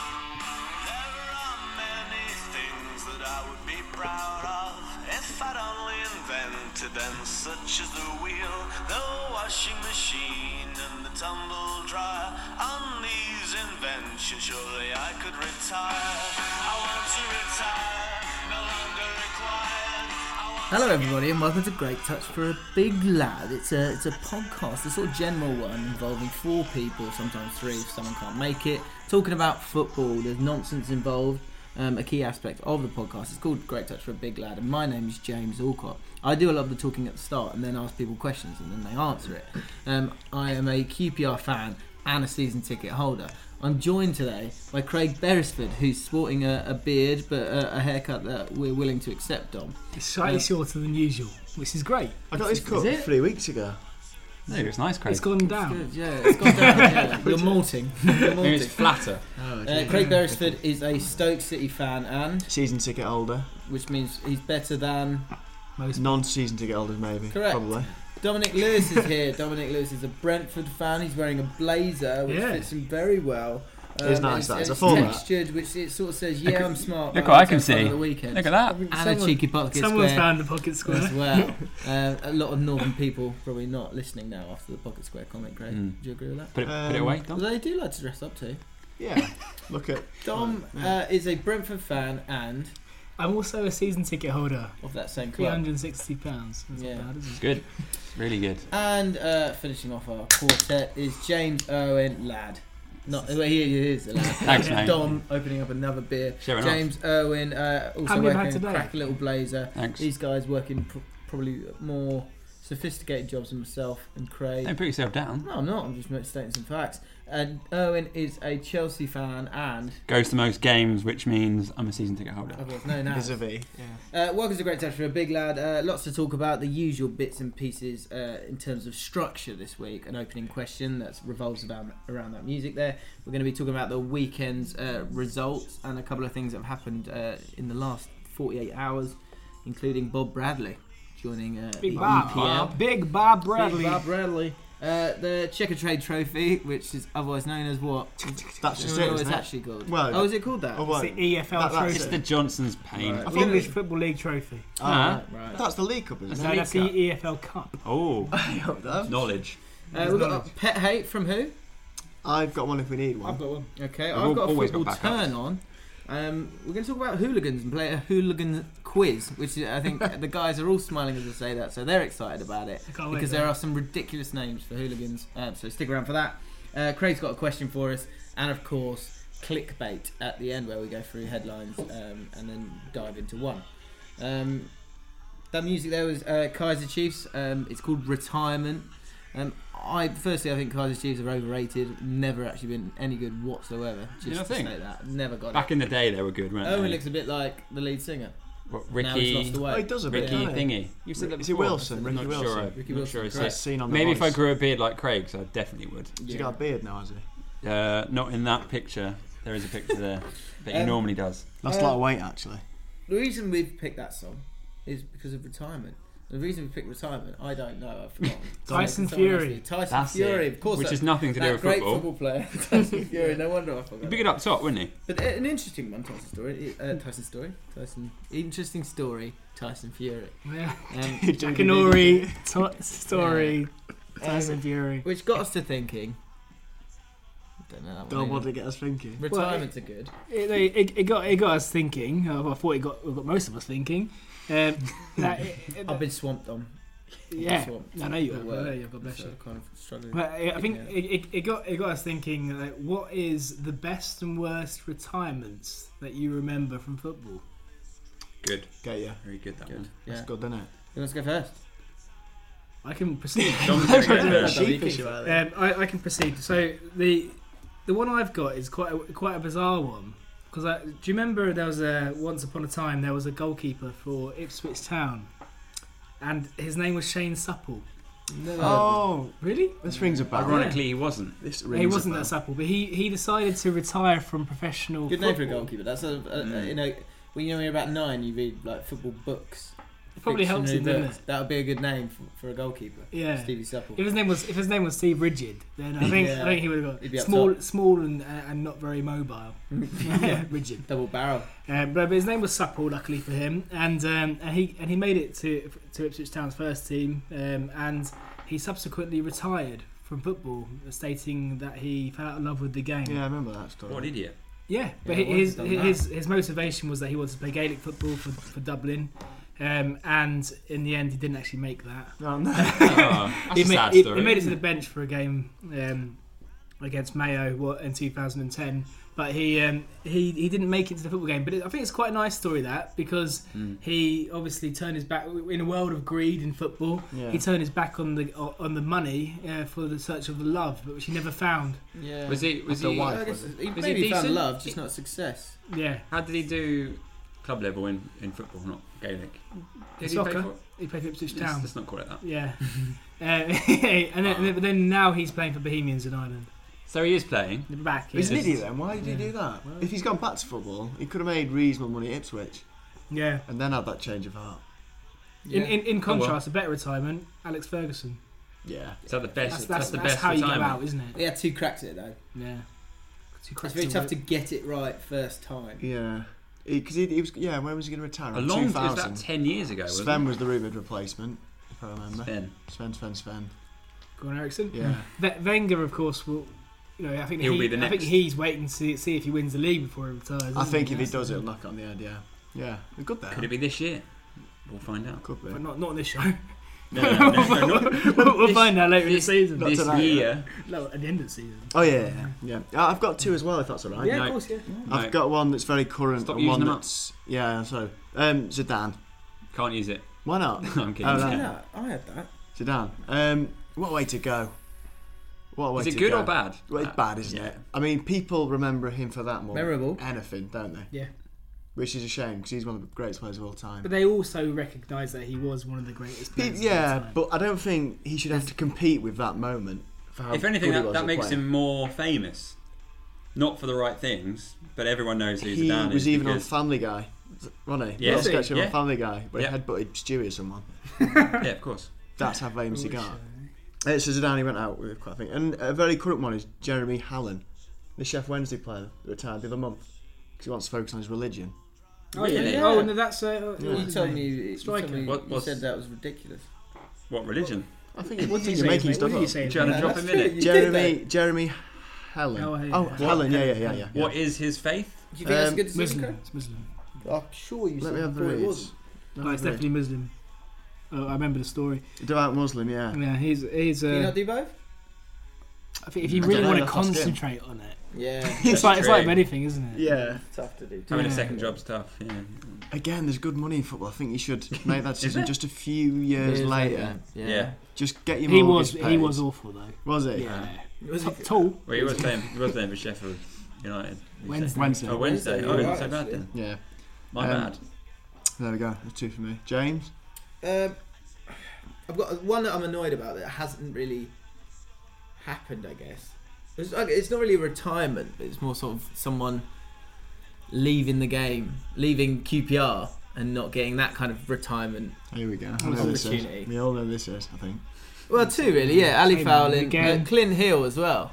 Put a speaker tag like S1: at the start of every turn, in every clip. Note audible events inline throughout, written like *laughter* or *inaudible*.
S1: There are many things that I would be proud of if I'd only invented them, such as the wheel, the washing machine, and the tumble dryer. On these inventions, surely I could retire. I want to retire, no longer required. I want
S2: Hello, everybody, and welcome to Great Touch for a Big Lad. It's a it's a podcast, a sort of general one involving four people, sometimes three if someone can't make it, talking about football. There's nonsense involved. Um, a key aspect of the podcast It's called Great Touch for a Big Lad, and my name is James Alcott. I do a lot of the talking at the start, and then ask people questions, and then they answer it. Um, I am a QPR fan and a season ticket holder. I'm joined today by Craig Beresford, who's sporting a, a beard but a, a haircut that we're willing to accept on.
S3: It's slightly shorter than usual, which is great.
S4: I got this cut
S2: it?
S4: three weeks ago.
S5: No, it's nice, Craig.
S3: It's gone down.
S2: Good, yeah, it's gone down. Yeah. *laughs* You're molting. You're
S5: Maybe it's
S2: molting.
S5: flatter.
S2: Uh, Craig Beresford is a Stoke City fan, and
S4: Season ticket holder,
S2: which means he's better than
S4: non-season ticket holders maybe.
S2: Correct.
S4: Probably.
S2: Dominic Lewis is *laughs* here. Dominic Lewis is a Brentford fan. He's wearing a blazer, which
S3: Yeah.
S2: fits him very well. Um,
S4: is nice,
S2: and
S4: that is a
S2: and
S4: format.
S2: textured, which it sort of says, "Yeah, I'm smart."
S5: Look
S2: but
S5: what I
S2: I'm
S5: can
S2: also fun
S5: see.
S2: at The weekend.
S5: Look at that.
S2: And a cheeky pocket
S3: Someone's
S2: square
S3: found the pocket square.
S2: *laughs* as *laughs* well. um, a lot of northern people probably not listening now after the pocket square comment. Craig,
S5: Hmm.
S2: do you agree with that?
S5: Put it, put it away, Dom.
S2: Although they do like to dress up too.
S4: Yeah. Look at.
S2: Dom uh, is a Brentford fan and
S3: I'm also a season ticket holder.
S2: of that same club.
S3: £360. That's not
S2: Yeah.
S3: bad, is it?
S5: Good. Really good.
S2: And uh, finishing off our quartet is James Owen Ladd. Not well, he, he is a lad.
S5: *laughs* Thanks, mate.
S2: Dom opening up another beer.
S5: Sure enough.
S2: James Owen uh,
S3: How
S2: also
S3: many have I had
S2: working a
S3: today?
S2: crack little blazer.
S5: Thanks.
S2: These guys working pr- probably more sophisticated jobs than myself and Craig.
S5: Don't put yourself down.
S2: No, I'm not. I'm just stating some facts. And Owen is a Chelsea fan and
S5: Goes to most games, which means I'm a season ticket holder.
S2: otherwise known as.
S4: Vis-a-vis. Yeah.
S2: Uh, welcome to Great Touch for a Big Lad. Uh, lots to talk about, the usual bits and pieces uh, in terms of structure this week. An opening question that revolves around, around that music there. We're going to be talking about the weekend's uh, results and a couple of things that have happened uh, in the last 48 hours, including Bob Bradley joining uh,
S3: Big
S2: the
S3: Bob.
S2: EPL.
S3: Big Bob
S2: Big
S3: Bradley.
S2: Bob Bradley. Uh, the Checker Trade Trophy, which is otherwise known as what?
S4: That's just
S2: I don't
S4: it,
S2: know what
S4: isn't
S2: it's
S4: it?
S2: actually called.
S4: Well-
S2: oh, is it called that?
S4: Oh, what?
S3: It's the EFL
S4: That- that's
S5: It's
S3: trophy.
S5: the Johnson's pain.
S2: Right.
S3: The English Football League trophy.
S5: Ah.
S2: Right, right.
S4: That's the League Cup, isn't
S5: That's
S4: it?
S3: No,
S5: League
S3: that's the
S5: Cup.
S3: EFL
S5: *laughs*
S3: Cup.
S5: Oh,
S4: That's
S5: knowledge.
S2: Uh, we've got a pet hate from who?
S4: I've got one if we need one.
S3: got one.
S2: Okay,
S5: They've
S2: I've
S5: all-
S2: got a
S5: always got
S2: football
S5: backups.
S2: turn on. Um, we're going to talk about hooligans and play a hooligan quiz, which is- I
S5: *laughs*
S2: think the guys are all smiling as I say that, so they're excited about it because
S3: can't wait for
S2: there
S3: that.
S2: are some ridiculous names for hooligans. Um, so stick around for that. Uh, Craig's got a question for us, and of course, clickbait at the end where we go through headlines um, and then dive into one. Um, that music there was uh, Kaiser Chiefs. Um, it's called Retirement. Um, I firstly, I think Kaiser Chiefs are overrated. Never actually been any good whatsoever. Just
S5: You don't
S2: to
S5: think?
S2: say that, never got
S5: Back
S2: it.
S5: in the day, they were good, weren't
S2: Owen
S5: they?
S2: looks a bit like the lead singer.
S5: What,
S2: now he's
S5: Ricky,
S2: lost the
S4: Oh, he
S2: weight.
S4: does a bit.
S5: Ricky
S4: doesn't he?
S5: thingy. You said that
S4: Is it
S5: before.
S4: Wilson?
S5: I'm
S4: Ricky
S5: not
S4: Wilson.
S5: sure. I-
S2: Ricky
S5: not
S2: Wilson,
S5: sure I
S2: correct.
S5: said-
S4: Seen on the
S5: Maybe if I
S4: Voice.
S5: grew a beard like Craig's, I definitely would.
S4: Has he
S2: Yeah.
S4: got a beard now, has he?
S5: Uh, not in that picture. There is a picture
S2: *laughs*
S5: there, but he
S2: Um,
S5: normally does.
S4: That's
S2: Uh,
S4: a lot of weight, actually.
S2: The reason we've picked that song is because of Retirement. The reason we picked Retirement, I don't know.
S4: *laughs*
S2: I've forgotten.
S3: Tyson
S2: Someone else
S3: Fury.
S2: did. Tyson
S5: That's
S2: Fury,
S5: it.
S2: of course.
S5: Which
S2: that-
S5: has nothing to do
S2: that
S5: with
S2: great
S5: football.
S2: player, *laughs* Tyson Fury. No wonder I forgot.
S5: He'd be good up top, wouldn't he?
S2: But uh, an interesting one, Tyson story. Uh, Tyson story. Tyson. Interesting story. Tyson Fury.
S3: *laughs* Yeah.
S2: Um,
S3: Jack and Ori, to- Story, Tyson Fury.
S2: Which got us to thinking. Don't know. That one
S1: Don't
S2: either.
S1: want to get us thinking.
S2: Retirements are good.
S3: It, they- it, it got it got us thinking. uh, I thought it got, it got most of us thinking. Um, *laughs* that, it, it-
S2: I've been swamped on.
S3: yeah,
S2: swamped
S3: I know you.
S2: at
S3: Have, I
S2: work,
S3: know you. have, God bless
S2: so
S3: you.
S2: Kind of struggling.
S3: But I, I think
S2: Yeah.
S3: it, it, it got it got us thinking. Like, what is the best and worst retirements that you remember from football?
S5: Good.
S1: Get you.
S5: Very good that one.
S1: That's
S2: Yeah.
S1: good, isn't it?
S2: Who wants to go
S3: *laughs*
S2: first?
S3: I can
S5: *laughs*
S3: proceed.
S5: Dom's gonna go first.
S1: Sheepish about it.
S3: Um, I, I can proceed. So the the one I've got is quite a, quite a bizarre one because I do you remember there was a once upon a time there was a goalkeeper for Ipswich Town, and his name was Shane Supple.
S1: Oh,
S3: Really?
S1: this rings a bell.
S5: Ironically, he wasn't.
S1: This
S3: He wasn't that supple, but he, he decided to retire from professional.
S2: Good name for a
S3: football.
S2: goalkeeper. That's a, a,
S3: Mm.
S2: a you know when you're about nine, you read like football books.
S3: It probably helps him,
S2: fictionary
S3: didn't
S2: books.
S3: it?
S2: That would be a good name for, for a goalkeeper.
S3: Yeah.
S2: Stevie Supple.
S3: If his name was if his name was Steve Rigid, then
S2: *laughs*
S3: I think
S2: Yeah.
S3: I think he would have
S2: He'd be
S3: got
S2: up
S3: small
S2: top.
S3: small and uh, and not
S2: *laughs*
S3: very mobile. *laughs* yeah, rigid.
S2: Double barrel.
S3: Um, but, but his name was Supple, luckily for him, and um, and he and he made it to to Ipswich Town's first team, um, and he subsequently retired from football, stating that he fell out of love with the game.
S1: Yeah, I remember that story.
S5: What an idiot.
S3: Yeah, but
S2: Yeah, I
S3: his,
S2: wouldn't have done
S3: his his motivation was that he wanted to play Gaelic football for, for Dublin, um, and in the end he didn't actually make that.
S1: No, no.
S5: Oh, that's
S3: he,
S5: a
S3: made,
S5: sad
S3: he-
S5: story.
S3: he made it to the bench for a game um, against Mayo what, in 2010, but he, um, he he didn't make it to the football game. But it, I think it's quite a nice story that because he obviously turned his back in a world of greed in football.
S1: Yeah.
S3: He turned his back on the on the money uh, for the search of the love, which he never found.
S2: Yeah.
S6: Was he? Was
S1: After a
S6: he?
S1: while.
S2: I guess he
S6: Was
S2: maybe
S6: he
S2: found
S6: decent?
S2: love, just not success.
S3: Yeah,
S6: How did he do?
S5: Club level in, in football, not Gaelic.
S6: Did he play
S3: Soccer.
S6: for?
S3: he played for Ipswich
S5: Let's,
S3: Town.
S5: let's not call it that.
S3: Yeah. Uh, *laughs* and, then, and then, but then now he's playing for Bohemians in Ireland.
S5: So he is playing.
S3: They're back.
S1: He's an
S3: yeah.
S1: idiot then. Why did he do that? If he's gone back to football, he could have made reasonable money at Ipswich
S3: Yeah.
S1: and then had that change of heart.
S3: In, in, in
S5: well.
S3: contrast, a better retirement, Alex Ferguson.
S1: Yeah.
S5: Is that the best?
S3: That's,
S5: That's,
S3: that's,
S5: the
S3: that's
S5: best
S3: how you
S5: retirement.
S3: get out, isn't it?
S2: He had two cracks at it though.
S3: Yeah.
S2: It's very tough to get it right first time.
S1: Yeah. Because he, he, was. Yeah, when was he going to retire?
S5: A long. Was
S1: 2000.
S5: that ten years ago? Wasn't
S1: Sven
S5: it?
S1: was the rumoured replacement, if I remember.
S5: Sven.
S1: Sven, Sven, Sven.
S3: Gordon Eriksson.
S1: Yeah.
S3: Ve- Wenger, of course, will. You know, I think
S5: He'll
S3: he,
S5: be the
S3: I think
S5: next.
S3: he's waiting to see, see if he wins the league before he retires.
S1: I
S3: isn't
S1: think if he
S3: That's-
S1: does, it'll knock it on the head, yeah. Yeah. They're Good there.
S5: Could it be this year? We'll find out.
S1: Could be.
S3: But not not on this show. *laughs*
S5: No, no, no, no, no.
S3: we'll we'll find out later in the
S5: This,
S3: season.
S1: Not
S5: *laughs* this
S1: tonight,
S5: year,
S3: no, at the end of the season.
S1: Oh, yeah, yeah. yeah. Uh, I've got two as well, if that's all right.
S3: Yeah,
S5: no.
S3: of course, yeah.
S1: I've
S5: No.
S1: got one that's very current
S5: Stop
S1: and one
S5: using them up.
S1: that's. Yeah, so. Um, Zidane.
S5: can't use it. *laughs*
S1: Why not?
S5: I'm kidding.
S1: Oh,
S2: Yeah,
S1: no.
S2: I had that.
S1: Zidane. Um, what a way to go. What a way
S5: Is it
S1: to
S5: good
S1: go.
S5: or bad?
S1: Well, it's bad, isn't
S5: Uh, yeah.
S1: it? I mean, people remember him for that more. than
S2: Memorable.
S1: Anything, don't they?
S3: Yeah.
S1: Which is a shame because he's one of the greatest players of all time.
S3: But they also recognise that he was one of the greatest
S1: Pe-
S3: players. of all
S1: yeah,
S3: time.
S1: but I don't think he should have to compete with that moment. For how
S5: If anything,
S1: good he
S5: that,
S1: was
S5: that
S1: at
S5: makes
S1: playing.
S5: him more famous. Not for the right things, but everyone knows who's
S1: He
S5: Zidane
S1: was
S5: is
S1: even on
S5: because-
S1: Family Guy, wasn't he?
S5: Yeah.
S1: Little sketch of him
S5: Yeah.
S1: on Family Guy where he
S5: Yeah.
S1: headbutted Stewie or someone.
S5: Yeah, of course.
S1: That's how famous he got. Uh, so Zidane he went out with quite a thing, and a very current one is Jeremy Hallen, the Chef Wednesday player that retired the other month because he wants to focus on his religion.
S3: Oh, yeah.
S5: Really?
S3: Oh, no, that's. Uh,
S1: Yeah.
S3: what's
S2: You
S3: his
S2: told
S3: name?
S2: me, you
S3: Striker.
S2: told me
S5: What-
S2: you
S5: what's-
S2: said that was ridiculous.
S5: What religion?
S1: I think, I
S3: What
S1: think
S3: did you
S1: you're
S3: say?
S1: making
S3: mate? What
S1: stuff
S3: did you
S1: up.
S3: say?
S5: Trying to
S3: mate?
S5: drop
S2: that's
S5: him
S2: true.
S5: in it.
S2: You did
S1: Jeremy Jeremy Hallen.
S3: Oh,
S1: Oh,
S3: hey, yeah.
S1: Hallen, yeah, yeah, yeah, yeah.
S5: What is his faith?
S2: Do you think that's a
S1: Um,
S2: good decision?
S3: Muslim.
S2: Craig?
S3: It's Muslim.
S2: I'm sure you
S1: Let
S2: said
S1: me have the
S2: before it
S1: reads.
S2: wasn't.
S3: No, it's definitely Muslim. Oh, I remember the story.
S1: Devout Muslim, yeah.
S3: Yeah, he's he's.
S2: Can you
S3: Uh,
S2: not do both?
S3: I think if you
S1: I
S3: really
S1: don't
S3: want
S1: know,
S3: to
S1: that's him.
S3: concentrate on it,
S2: Yeah.
S3: it's like it's
S5: true.
S3: like with anything, isn't it?
S1: Yeah.
S2: tough to do.
S5: Having a
S3: Yeah.
S5: second job's tough. Yeah.
S1: Again, there's good money in football. I think you should make that decision just a few years later.
S5: Yeah.
S1: Just get your
S3: He was
S1: mortgage
S3: he was
S1: paid.
S3: awful though.
S1: Was he?
S3: Yeah,
S2: Was
S3: T-
S2: it-
S3: tall.
S5: Well, he was playing. He was playing for Sheffield United. you say?
S3: Wednesday.
S1: Wednesday.
S5: Oh, Wednesday. Oh,
S2: Wednesday,
S5: not so
S2: right,
S5: bad then.
S1: Yeah.
S5: My
S1: Um,
S5: bad.
S1: There we go. That's two for me. James.
S2: Um, I've got one that I'm annoyed about that hasn't really happened. I guess it's, like, it's not really retirement, but it's more sort of someone leaving the game, leaving QPR, and not getting that kind of retirement.
S1: Here we go. I know this is.
S2: Opportunity.
S1: We all know this is. I think.
S2: Well, two really, yeah. Ali
S3: Same
S2: Fowling,
S3: again.
S2: uh, Clint Hill as well.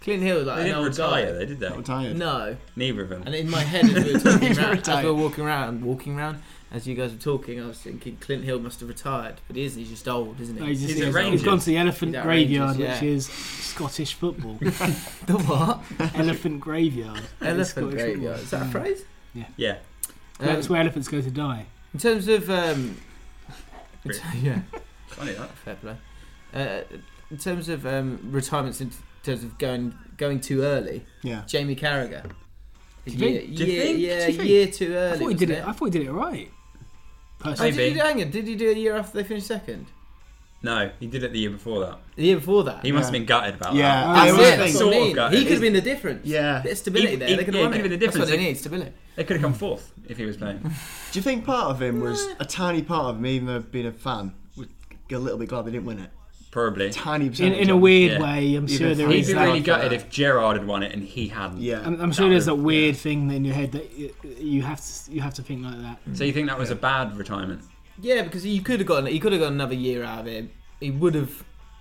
S2: Clint Hill, like
S5: They
S2: an
S5: didn't
S2: old
S5: retire,
S2: guy.
S5: they did they?
S1: I'm tired.
S2: No,
S5: Neither of them.
S3: *laughs*
S2: and in my head as we were talking around, as we
S1: retired.
S2: were walking around, walking around, as you guys were talking, I was thinking Clint Hill must have retired, but he isn't. He's just old, isn't he?
S3: No, he's, just-
S5: He's a
S3: he's-
S5: Ranger.
S3: he's *laughs* gone to the Elephant
S2: He's at
S3: Graveyard,
S2: Rangers,
S3: which
S2: yeah.
S3: is Scottish football.
S2: the what?
S3: elephant Graveyard. It's
S2: *laughs* Elephant
S3: Scottish
S2: graveyard.
S3: football.
S2: Is that a
S3: Mm.
S2: phrase?
S5: Yeah.
S2: Um,
S3: That's where elephants go to die.
S2: in terms of
S3: *laughs*
S2: um, in
S5: Great.
S2: ter- *laughs* yeah,
S5: Funny that.
S2: fair play. Uh, in terms of um, retirements, in terms of going going too early,
S7: Yeah.
S2: Jamie Carragher. A
S3: you
S2: year,
S5: Do you
S2: year,
S5: think?
S2: yeah,
S3: Do you think?
S2: year too early.
S3: I thought he
S2: wasn't
S3: did it. I thought he did it right.
S2: Oh,
S3: Personally,
S2: did
S5: Maybe.
S2: he do, hang on, did he do it a year after they finished second?
S5: No, he did it the year before that.
S2: The year before that.
S5: He must have
S7: Yeah.
S5: been gutted about
S7: Yeah.
S5: that.
S2: That's
S7: I
S2: it,
S7: was
S2: that's
S7: thinking-
S2: what
S5: sort
S2: I
S5: of
S2: mean.
S5: got
S2: He
S5: it.
S2: could have been the difference.
S7: Yeah.
S2: Bit of stability
S5: He-
S2: there.
S5: he-
S2: they could
S5: yeah,
S2: have
S5: he
S2: won
S5: could
S2: it.
S5: have been the
S2: That's what they
S5: difference.
S2: need, stability.
S5: They could have come fourth if he was playing.
S7: Do you think part of him was a tiny part of him, even though being a fan, was a little bit glad they didn't win it?
S5: Probably.
S7: Tiny percentage.
S3: in, in a
S7: of it.
S3: weird
S5: Yeah.
S3: way, I'm sure
S7: been
S3: there
S7: fine.
S5: He'd
S3: is
S5: be
S3: that.
S5: really gutted if Gerard had won it and he hadn't.
S7: Yeah.
S3: I'm, I'm sure
S5: That
S3: there's
S5: would-
S3: that weird thing in your head that y- you have to you have to think like that.
S5: So you think that was a bad retirement?
S2: Yeah, because he could have got he could have got another year out of it. He would have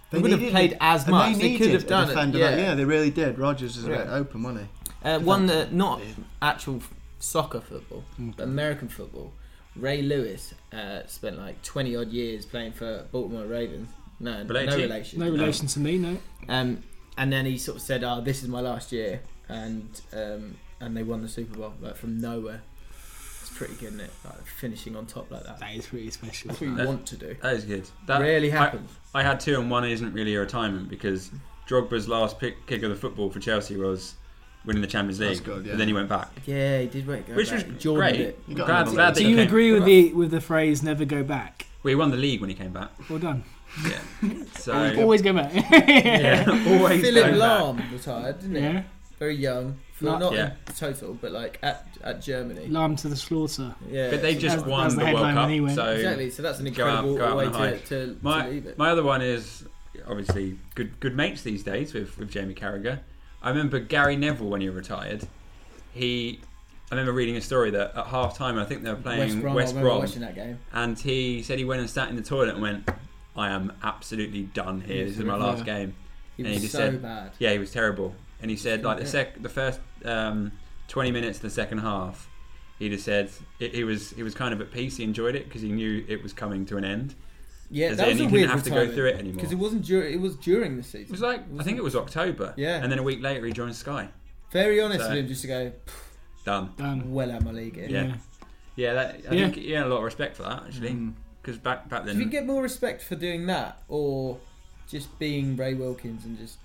S7: They
S2: they would have
S7: needed-
S2: played as
S7: and
S2: much.
S7: They,
S2: They, could
S7: needed
S2: have
S7: a
S2: done it.
S7: defender
S2: Yeah.
S7: That, yeah, they really did. Rogers is a bit
S2: Yeah.
S7: open money.
S2: Uh, one that not actual f- soccer football,
S7: Mm.
S2: but American football. Ray Lewis uh, spent like twenty odd years playing for Baltimore Ravens. No,
S5: Related.
S2: no relation.
S3: No relation to me, no.
S2: Um, and then he sort of said, "Oh, this is my last year," and um, and they won the Super Bowl like from nowhere. It's pretty good, isn't it? Like finishing on top like that.
S3: That is pretty special.
S2: That's what you
S5: That-
S2: want to do.
S5: That is good. That
S2: Rarely
S5: Uh, I-
S2: happens.
S5: I, had two, and one isn't really a retirement because Drogba's last pick, kick of the football for Chelsea was winning the Champions League,
S7: That's good, yeah.
S5: and then he went back,
S2: Yeah, he did wait. Go
S5: which
S2: back.
S5: was
S2: He Jordaned
S5: great.
S2: it.
S7: You got
S5: Glad,
S7: another
S5: glad
S7: one.
S5: that
S3: Do
S5: he
S3: you
S5: came.
S3: agree with the with the phrase "never go back"?
S5: We won the league when he came back.
S3: Well done.
S5: So
S3: Always go back.
S5: *laughs* yeah, always
S2: Philip
S5: going back.
S2: Lahm retired, didn't he?
S3: yeah.
S2: Very young.
S3: Not-
S2: Not, not
S5: Yeah.
S2: in total, but like at, at Germany.
S3: Lamb to the slaughter.
S2: yeah,
S5: But they just
S3: That's-
S5: won
S3: that's the
S5: the World
S3: headline
S5: Cup,
S3: anyway.
S5: so
S2: exactly. So that's an
S5: go out-
S2: incredible
S5: go out on
S2: way
S5: a high.
S2: to, to, to
S5: My,
S2: leave it.
S5: my other one is obviously good good mates these days with, with Jamie Carragher. I remember Gary Neville when he retired. He, I remember reading a story that at half time I think they were
S2: West
S5: playing
S2: Brom.
S5: West
S2: I remember
S5: Brom,
S2: watching that game.
S5: and he said he went and sat in the toilet and went, "I am absolutely done here. This is my last game."
S2: He
S5: And
S2: was
S5: he just
S2: so
S5: said-
S2: bad.
S5: Yeah, he was terrible. And he said, like the
S2: Yeah.
S5: sec, the first um, twenty minutes of the second half, he just said it, he was he was kind of at peace. He enjoyed it because he knew it was coming to an end.
S2: Yeah,
S5: As
S2: that
S5: in,
S2: was
S5: he
S2: a
S5: didn't
S2: weird
S5: have to go through it anymore.
S2: because it wasn't during. It was during the season.
S5: It was like I think it was October.
S2: Yeah.
S5: And then a week later, he joined Sky.
S2: very honest
S5: So-
S2: with him, just to go
S5: Done.
S3: Done.
S2: well out my league. Here.
S5: Yeah.
S3: Yeah.
S5: Yeah, that, I
S3: Yeah.
S5: think he had a lot of respect for that actually. Because back back
S2: Did you
S5: then,
S2: get more respect for doing that or just being Ray Wilkins and just,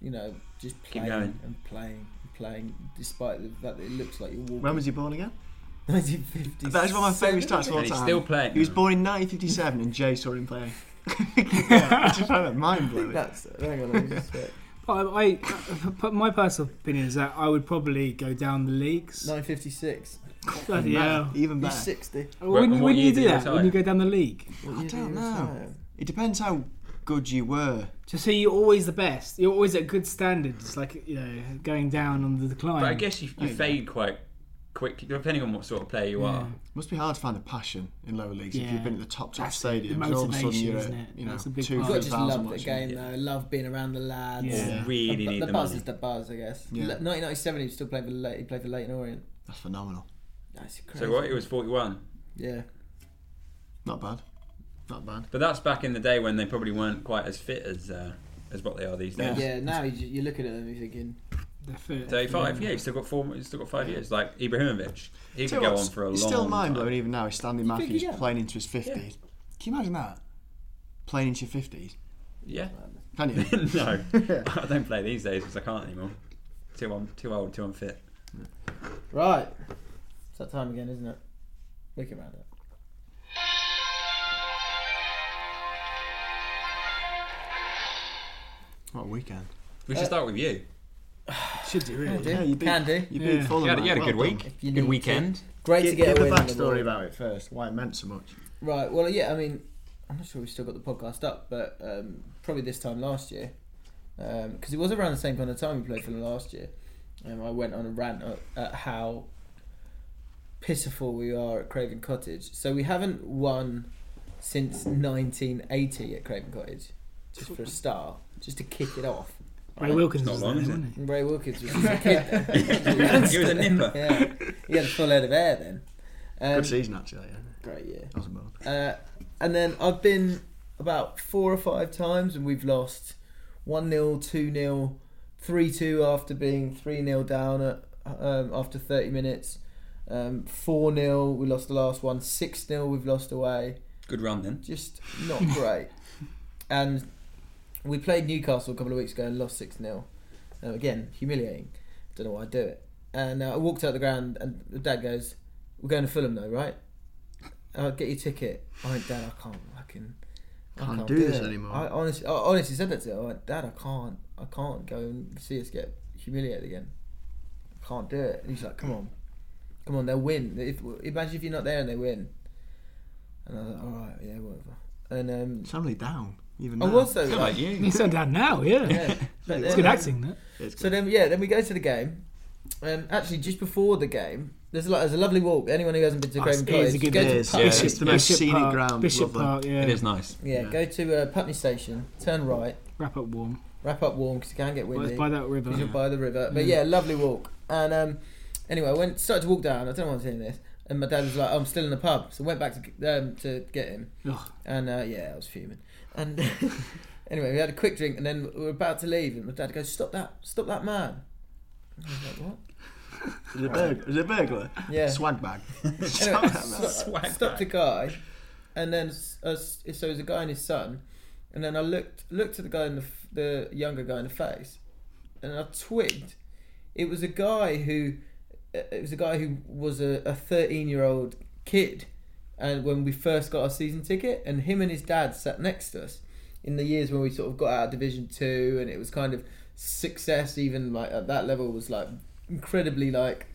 S2: you know, just playing
S5: going.
S2: and playing and playing despite the fact that it looks like you're walking?
S7: When
S2: *laughs*
S7: was he born again?
S2: 1950.
S7: That is one of my favourite stats of all
S5: And he's
S7: time.
S5: still playing
S7: He was
S5: now.
S7: born in 1957 and Jay saw
S3: *laughs*
S7: him playing. yeah, I just found that mind blowing.
S2: That's, hang on, let me just check.
S3: Well, I, I, but my personal opinion is that I would probably go down the leagues.
S2: 956.
S3: Bloody hell.
S7: Even
S2: He's
S7: better.
S2: 60.
S3: When,
S5: and what
S3: when do
S5: year
S3: you do
S5: did you
S3: that? When
S5: retire?
S3: you go down the league?
S2: What year did
S7: don't
S2: he
S7: know.
S2: retire?
S7: It depends how good you were.
S3: Just so you're always the best. You're always at good standards. Like you know, going down on the decline.
S5: but I guess you, you fade quite quick depending on what sort of player you are.
S7: Must be hard to find a passion in lower leagues if
S3: Yeah.
S7: you've been at the top top
S3: That's it, the
S7: stadium. and all of a sudden
S3: motivation,
S7: you're at,
S3: isn't it?
S7: you know
S3: That's a big part.
S7: two,
S2: You've got
S7: three
S2: to just
S7: thousand
S2: love the
S7: watching.
S2: game, though. Love being around the lads.
S3: Yeah.
S5: Really
S2: The,
S5: need
S2: the
S5: the
S2: buzz
S5: money.
S2: is the buzz, I guess.
S7: Yeah.
S2: L- 1997, he was still playing for the late. He played for Leighton Orient.
S7: That's phenomenal.
S2: That's crazy.
S5: So what? It was forty-one.
S2: Yeah.
S7: Not bad. Not bad.
S5: But that's back in the day when they probably weren't quite as fit as uh, as what they are these days.
S2: Yeah, now you, you're looking at them, you're thinking,
S3: They're fit.
S5: Thirty-five. Yeah, he's still got four. He's still got five years. Like Ibrahimovic, he could
S7: Tell you
S5: go
S7: what,
S5: on for a
S7: it's
S5: long.
S7: still mind blowing
S5: time.
S7: even now. Is Stanley
S2: think
S7: Matthews
S2: he can?
S7: playing into his fifties? Can you imagine that? Playing into your fifties?
S5: Yeah. *laughs*
S7: Can you?
S2: *laughs*
S5: no, I don't play these days because I can't anymore. Too I'm too old. Too unfit.
S2: Right. It's that time again, isn't it? We can round up.
S7: what a weekend!
S5: We
S2: Uh,
S5: should start with you.
S3: Should do really.
S2: Yeah,
S7: you beat-
S2: can do.
S7: You beat
S3: Yeah.
S7: Fulham.
S5: You had, you
S7: mate.
S5: had a
S7: Well
S5: good
S7: done.
S5: week.
S2: you need
S5: good
S2: to. *laughs*
S5: weekend.
S2: Great to
S7: Give,
S2: get
S7: give
S2: a
S7: the
S2: win. on the
S7: backstory
S2: board.
S7: about it first. Why it meant so much.
S2: Right. Well, yeah. I mean, I'm not sure we have still got the podcast up, but um, probably this time last year, because it was around the same kind of time we played for them last year. Um, I went on a rant at, at how pitiful we are at Craven Cottage. So we haven't won since 1980 at Craven Cottage, just for a start, just to kick it off.
S3: Ray Wilkins
S5: Not
S3: was
S5: long,
S3: there,
S5: is it?
S3: wasn't he?
S2: And Ray Wilkins *laughs* was just a kid then.
S5: he was a nipper.
S2: Yeah, he had a full head of hair then. Um,
S7: Good season actually. Yeah.
S2: great year.
S7: That was a month.
S2: Uh, and then I've been about four or five times, and we've lost 1 0, 2 0, 3 2 after being 3 0 down at, um, after 30 minutes, 4 0, we lost the last one, 6 0, we've lost away.
S5: Good run then.
S2: Just not great. and we played Newcastle a couple of weeks ago and lost 6 0. Um, again, humiliating. Don't know why I do it. And uh, I walked out the ground, and Dad goes, "We're going to Fulham, though, right?" I'll get your ticket. I went, Dad, I can't fucking. I
S7: Can't do this anymore."
S2: I honestly, I honestly said that to him. I went, Dad, I can't, I can't go and see us get humiliated again. I can't do it. And he's like, Come on, come on, they'll win. If, imagine if you're not there and they win. And I was like, All right, yeah, whatever. And um,
S7: It's only down. Even
S2: I
S7: now.
S2: Oh, was though.
S5: Good
S2: like-
S5: like you.
S3: He's so down now, yeah.
S2: yeah. But
S3: It's
S2: then, um,
S3: good acting, that.
S7: It's
S2: So
S7: good.
S2: then, yeah, then we go to the game. Um, actually, just before the game, there's a, lo- there's a lovely walk. Anyone who hasn't been to
S3: Oh,
S2: Craven
S3: it is a
S2: Cottage,
S3: good
S2: go
S7: It
S2: to
S7: is,
S3: Park-
S7: yeah.
S3: Bishop-
S7: It's the most
S3: Bishop
S7: scenic
S3: Park,
S7: ground,
S3: Bishop
S7: lovely.
S3: Park, yeah.
S5: It is nice.
S2: Yeah,
S7: Yeah.
S2: go to uh, Putney Station, turn right,
S3: Wrap up warm.
S2: wrap up warm because it can get
S3: Well,
S2: windy.
S3: it's by that river.
S2: because you're by the river. But
S3: Yeah.
S2: yeah, lovely walk. And um, anyway, I went started to walk down. I don't know why I'm saying this. And my dad was like, oh, "I'm still in the pub," so I went back to um, to get him.
S3: Ugh.
S2: And uh, yeah, I was fuming. And *laughs* anyway, we had a quick drink, and then we were about to leave, and my dad goes, "Stop that! Stop that man!" And I was like, "What?"
S7: Is it, burg- is it burglar?
S2: *laughs* Yeah.
S7: Swag bag. Swag
S2: *laughs* Anyway,
S7: bag.
S2: stop, stopped a guy, and then s- uh, s- so it was a guy and his son, and then I looked looked at the guy in the f- the younger guy in the face, and I twigged, it was a guy who, uh, it was a guy who was a a thirteen year old kid, and when we first got our season ticket, and him and his dad sat next to us, in the years when we sort of got out of Division Two, and it was kind of success even like at that level was like incredibly like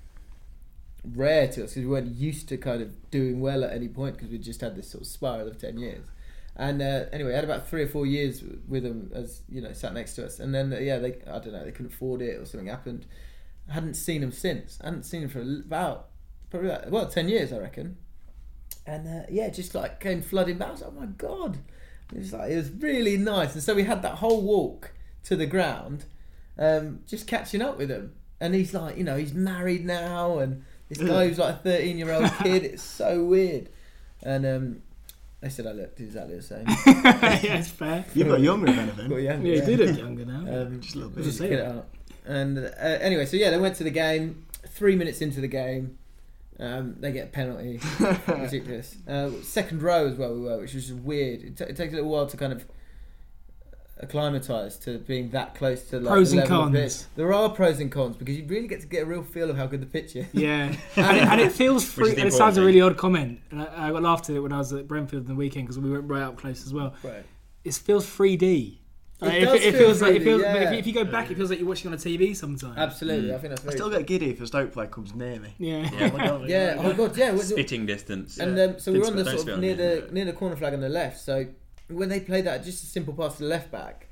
S2: rare to us because we weren't used to kind of doing well at any point because we just had this sort of spiral of 10 years and uh, anyway I had about three or four years w- with them as you know sat next to us and then uh, yeah they i don't know they couldn't afford it or something happened I hadn't seen them since I hadn't seen them for about probably about, well 10 years i reckon and uh, yeah just like came flooding back I was like, oh my god it was like it was really nice and so we had that whole walk to the ground um, just catching up with him and he's like you know he's married now and this guy who's like a 13 year old kid it's so weird and um, they said I looked exactly the same
S3: yeah, *laughs* it's fair.
S7: You got younger than
S2: Got
S7: anything.
S2: younger,
S3: Yeah, you
S2: yeah.
S3: did look younger now.
S2: Um,
S7: Just a little
S2: just
S3: say
S7: bit.
S2: get
S3: that.
S2: it out. And uh, anyway, so yeah, they went to the game. Three minutes into the game, um, they get a penalty.
S7: *laughs*
S2: Ridiculous. Uh, second row as well, we were, which was just weird. It, t- it takes a little while to kind of acclimatise to being that close to like,
S3: Pros
S2: the
S3: and
S2: level of
S3: cons.
S2: pitch. There are pros and cons because you really get to get a real feel of how good the pitch is.
S3: Yeah, and, it, and it feels free.
S5: is the
S3: And it sounds a
S5: important
S3: really odd comment, and I, I got laughed at it when I was at Brentford on the weekend because we went right up close as well.
S2: Right.
S3: It feels 3D. Like,
S2: does
S3: it
S2: feel
S3: feels like it
S2: 3D,
S3: feels. but If,
S2: yeah.
S3: you, if you go back, it feels like you're watching on a TV
S2: *laughs*
S3: sometimes.
S2: Absolutely, I think that's
S7: I
S2: very.
S7: still get giddy if a Stoke player comes near me.
S3: Yeah. *laughs*
S7: *laughs*
S2: yeah. Oh god. Yeah. was it-
S5: Spitting distance.
S2: And um, so we were on the
S5: Don't
S2: sort
S5: spit
S2: of
S5: on
S2: near
S5: me.
S2: the near the corner flag on the left. So when they play that, just a simple pass to the left back,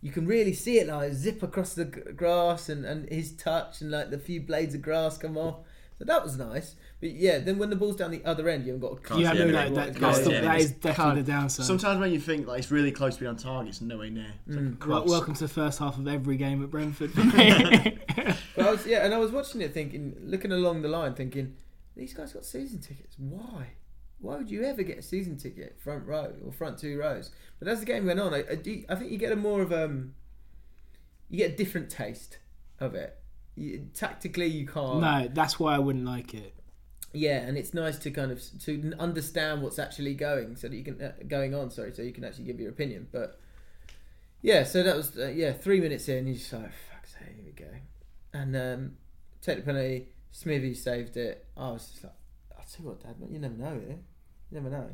S2: you can really see it like zip across the g- grass and, and his touch and like the few blades of grass come off. So that was nice. But yeah, then when the ball's down the other end, you haven't got. A
S5: Can't
S3: You have
S5: see
S3: no
S5: anything.
S3: like that.
S2: Can't
S3: That's the,
S5: see
S3: that is
S5: anything.
S3: definitely the downside.
S7: Sometimes when you think like it's really close to being on target, it's nowhere near. It's like a
S3: Wel-
S7: cross.
S3: Welcome to the first half of every game
S2: *laughs*
S3: at Brentford. *laughs* for me.
S2: But I was yeah, and I was watching it, thinking, looking along the line, thinking, these guys got season tickets. Why? Why would you ever get a season ticket front row or front two rows? But as the game went on, I, I, do, I think you get a more of um, you get a different taste of it. You, tactically, you can't.
S3: no, that's why I wouldn't like it.
S2: Yeah, and it's nice to kind of s- to n- understand what's actually going, so that you can uh, going on. Sorry, so you can actually give your opinion. But yeah, so that was uh, yeah three minutes in. You're just like "Oh, fuck's sake, here we go. And um, take the penalty. Smithy saved it. I was just like, I tell you what, Dad, man, you never know it. You never know.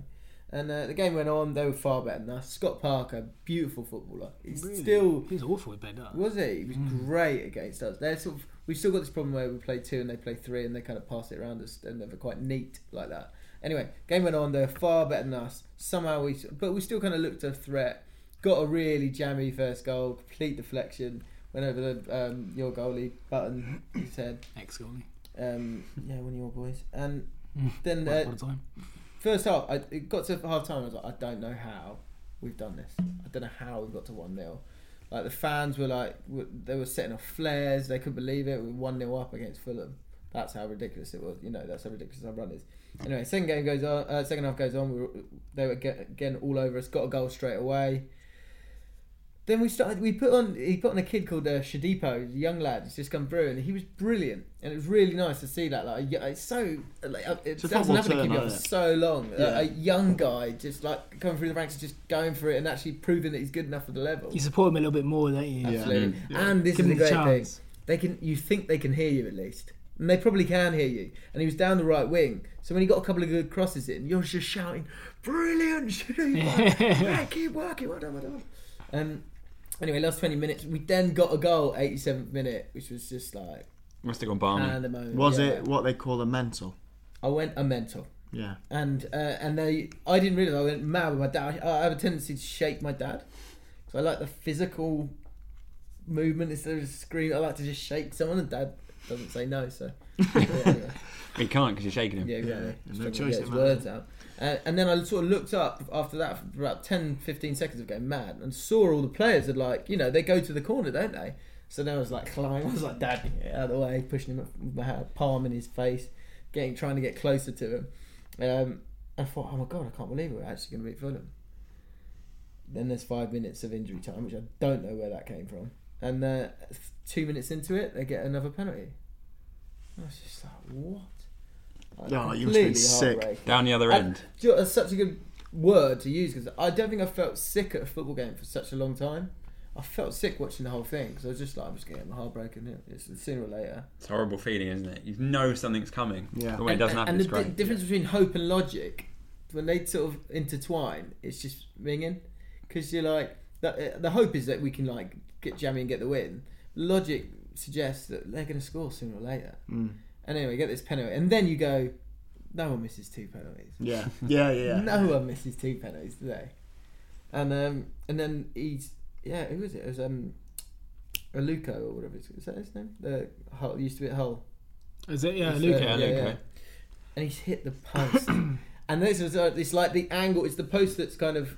S2: And uh, the game went on. They were far better than us. Scott Parker, beautiful footballer. He's still
S3: he's awful with Bedard.
S2: was he? He was great against us. They're sort of we've still got this problem where we play two and they play three and they kind of pass it around us and they're quite neat like that. Anyway, game went on. They're far better than us. Somehow we, but we still kind of looked a threat. Got a really jammy first goal, complete deflection. Went over the um, your goalie button. He said,
S3: Ex goalie.
S2: um, "Yeah, one of your boys." And then
S3: Once
S2: uh,
S3: upon a time.
S2: First half, I, it got to half time. I was like, I don't know how we've done this. I don't know how we got to one 0 Like the fans were like, w- they were setting off flares. They couldn't believe it. We were one 0 up against Fulham. That's how ridiculous it was. You know, that's how ridiculous our run is. Anyway, second game goes on. Uh, second half goes on. We were, they were get, again all over us. Got a goal straight away. Then we started. We put on. He put on a kid called uh, Shadipo, a young lad. who's just come through, and he was brilliant. And it was really nice to see that. Like, yeah, it's so like uh, it
S7: a
S2: doesn't
S7: football
S2: happen to
S7: term,
S2: keep up
S7: isn't it?
S2: so long. A, a young guy just like coming through the ranks, and just going for it, and actually proving that he's good enough for the level.
S3: You support him a little bit more, don't you?
S2: Absolutely.
S7: Mm.
S2: And this
S3: Give
S2: is a
S3: him the
S2: great thing.
S3: chance.
S2: They can you think they can hear you at least. And they probably can hear you. And he was down the right wing. So when he got a couple of good crosses in, you're just shouting, Brilliant Sharifa!
S3: *laughs*
S2: yeah, keep working, well done, well done. Um anyway, last twenty minutes. We then got a goal, eighty seventh minute, which was just like
S5: Must have gone balmy.
S2: and the moment.
S7: Mm. Was it what they call a mental?
S2: I went a mental.
S7: Yeah.
S2: and uh, and they I didn't realise I went mad with my dad. I, I have a tendency to shake my dad because I like the physical movement instead of screaming. I like to just shake someone, and dad doesn't say no. So yeah, anyway.
S5: He can't because you're shaking him.
S2: yeah, exactly.
S7: no
S2: Just trying to
S7: choice
S2: get
S7: in
S2: his
S7: that.
S2: words out. And, and then I sort of looked up after that for about 10, 15 seconds of going mad and saw all the players had like you know they go to the corner, don't they? So then I was like climbing. *laughs* I was like, Dad, get out of the way, pushing him up with my hand, palm in his face, getting trying to get closer to him. Um, I thought, oh my god, I can't believe we're actually going to beat Fulham. Then there's five minutes of injury time, which I don't know where that came from. And uh, two minutes into it, they get another penalty. I was just like, what? Like,
S7: Oh, you must have been
S2: completely
S7: sick.
S2: heartbreaking.
S5: Down the other
S2: And,
S5: end.
S2: do you know, that's such a good word to use because I don't think I felt sick at a football game for such a long time. I felt sick watching the whole thing because I was just like, I'm just getting my heart broken. yeah, It's sooner or later.
S5: It's a horrible feeling, isn't it? You know something's coming.
S7: Yeah.
S5: But when it doesn't happen,
S2: and
S5: it's
S2: the di-
S5: great.
S2: difference between hope and logic, when they sort of intertwine, it's just ringing because you're like the, the hope is that we can like get jammy and get the win. Logic suggests that they're going to score sooner or later.
S7: Hmm.
S2: And anyway, get this penalty, and then you go, no one misses two penalties. *laughs*
S7: Yeah. Yeah. Yeah.
S2: No one misses two penalties today. And um, and then he's yeah, who was it? It was um, Aluko or whatever. It's, is that his name? The Hull used to be at Hull.
S3: Is it? Yeah,
S2: He's,
S3: Luca.
S2: uh,
S5: Yeah, Aluko.
S2: And he's hit the post. *coughs* and this was uh, it's like the angle. It's the post that's kind of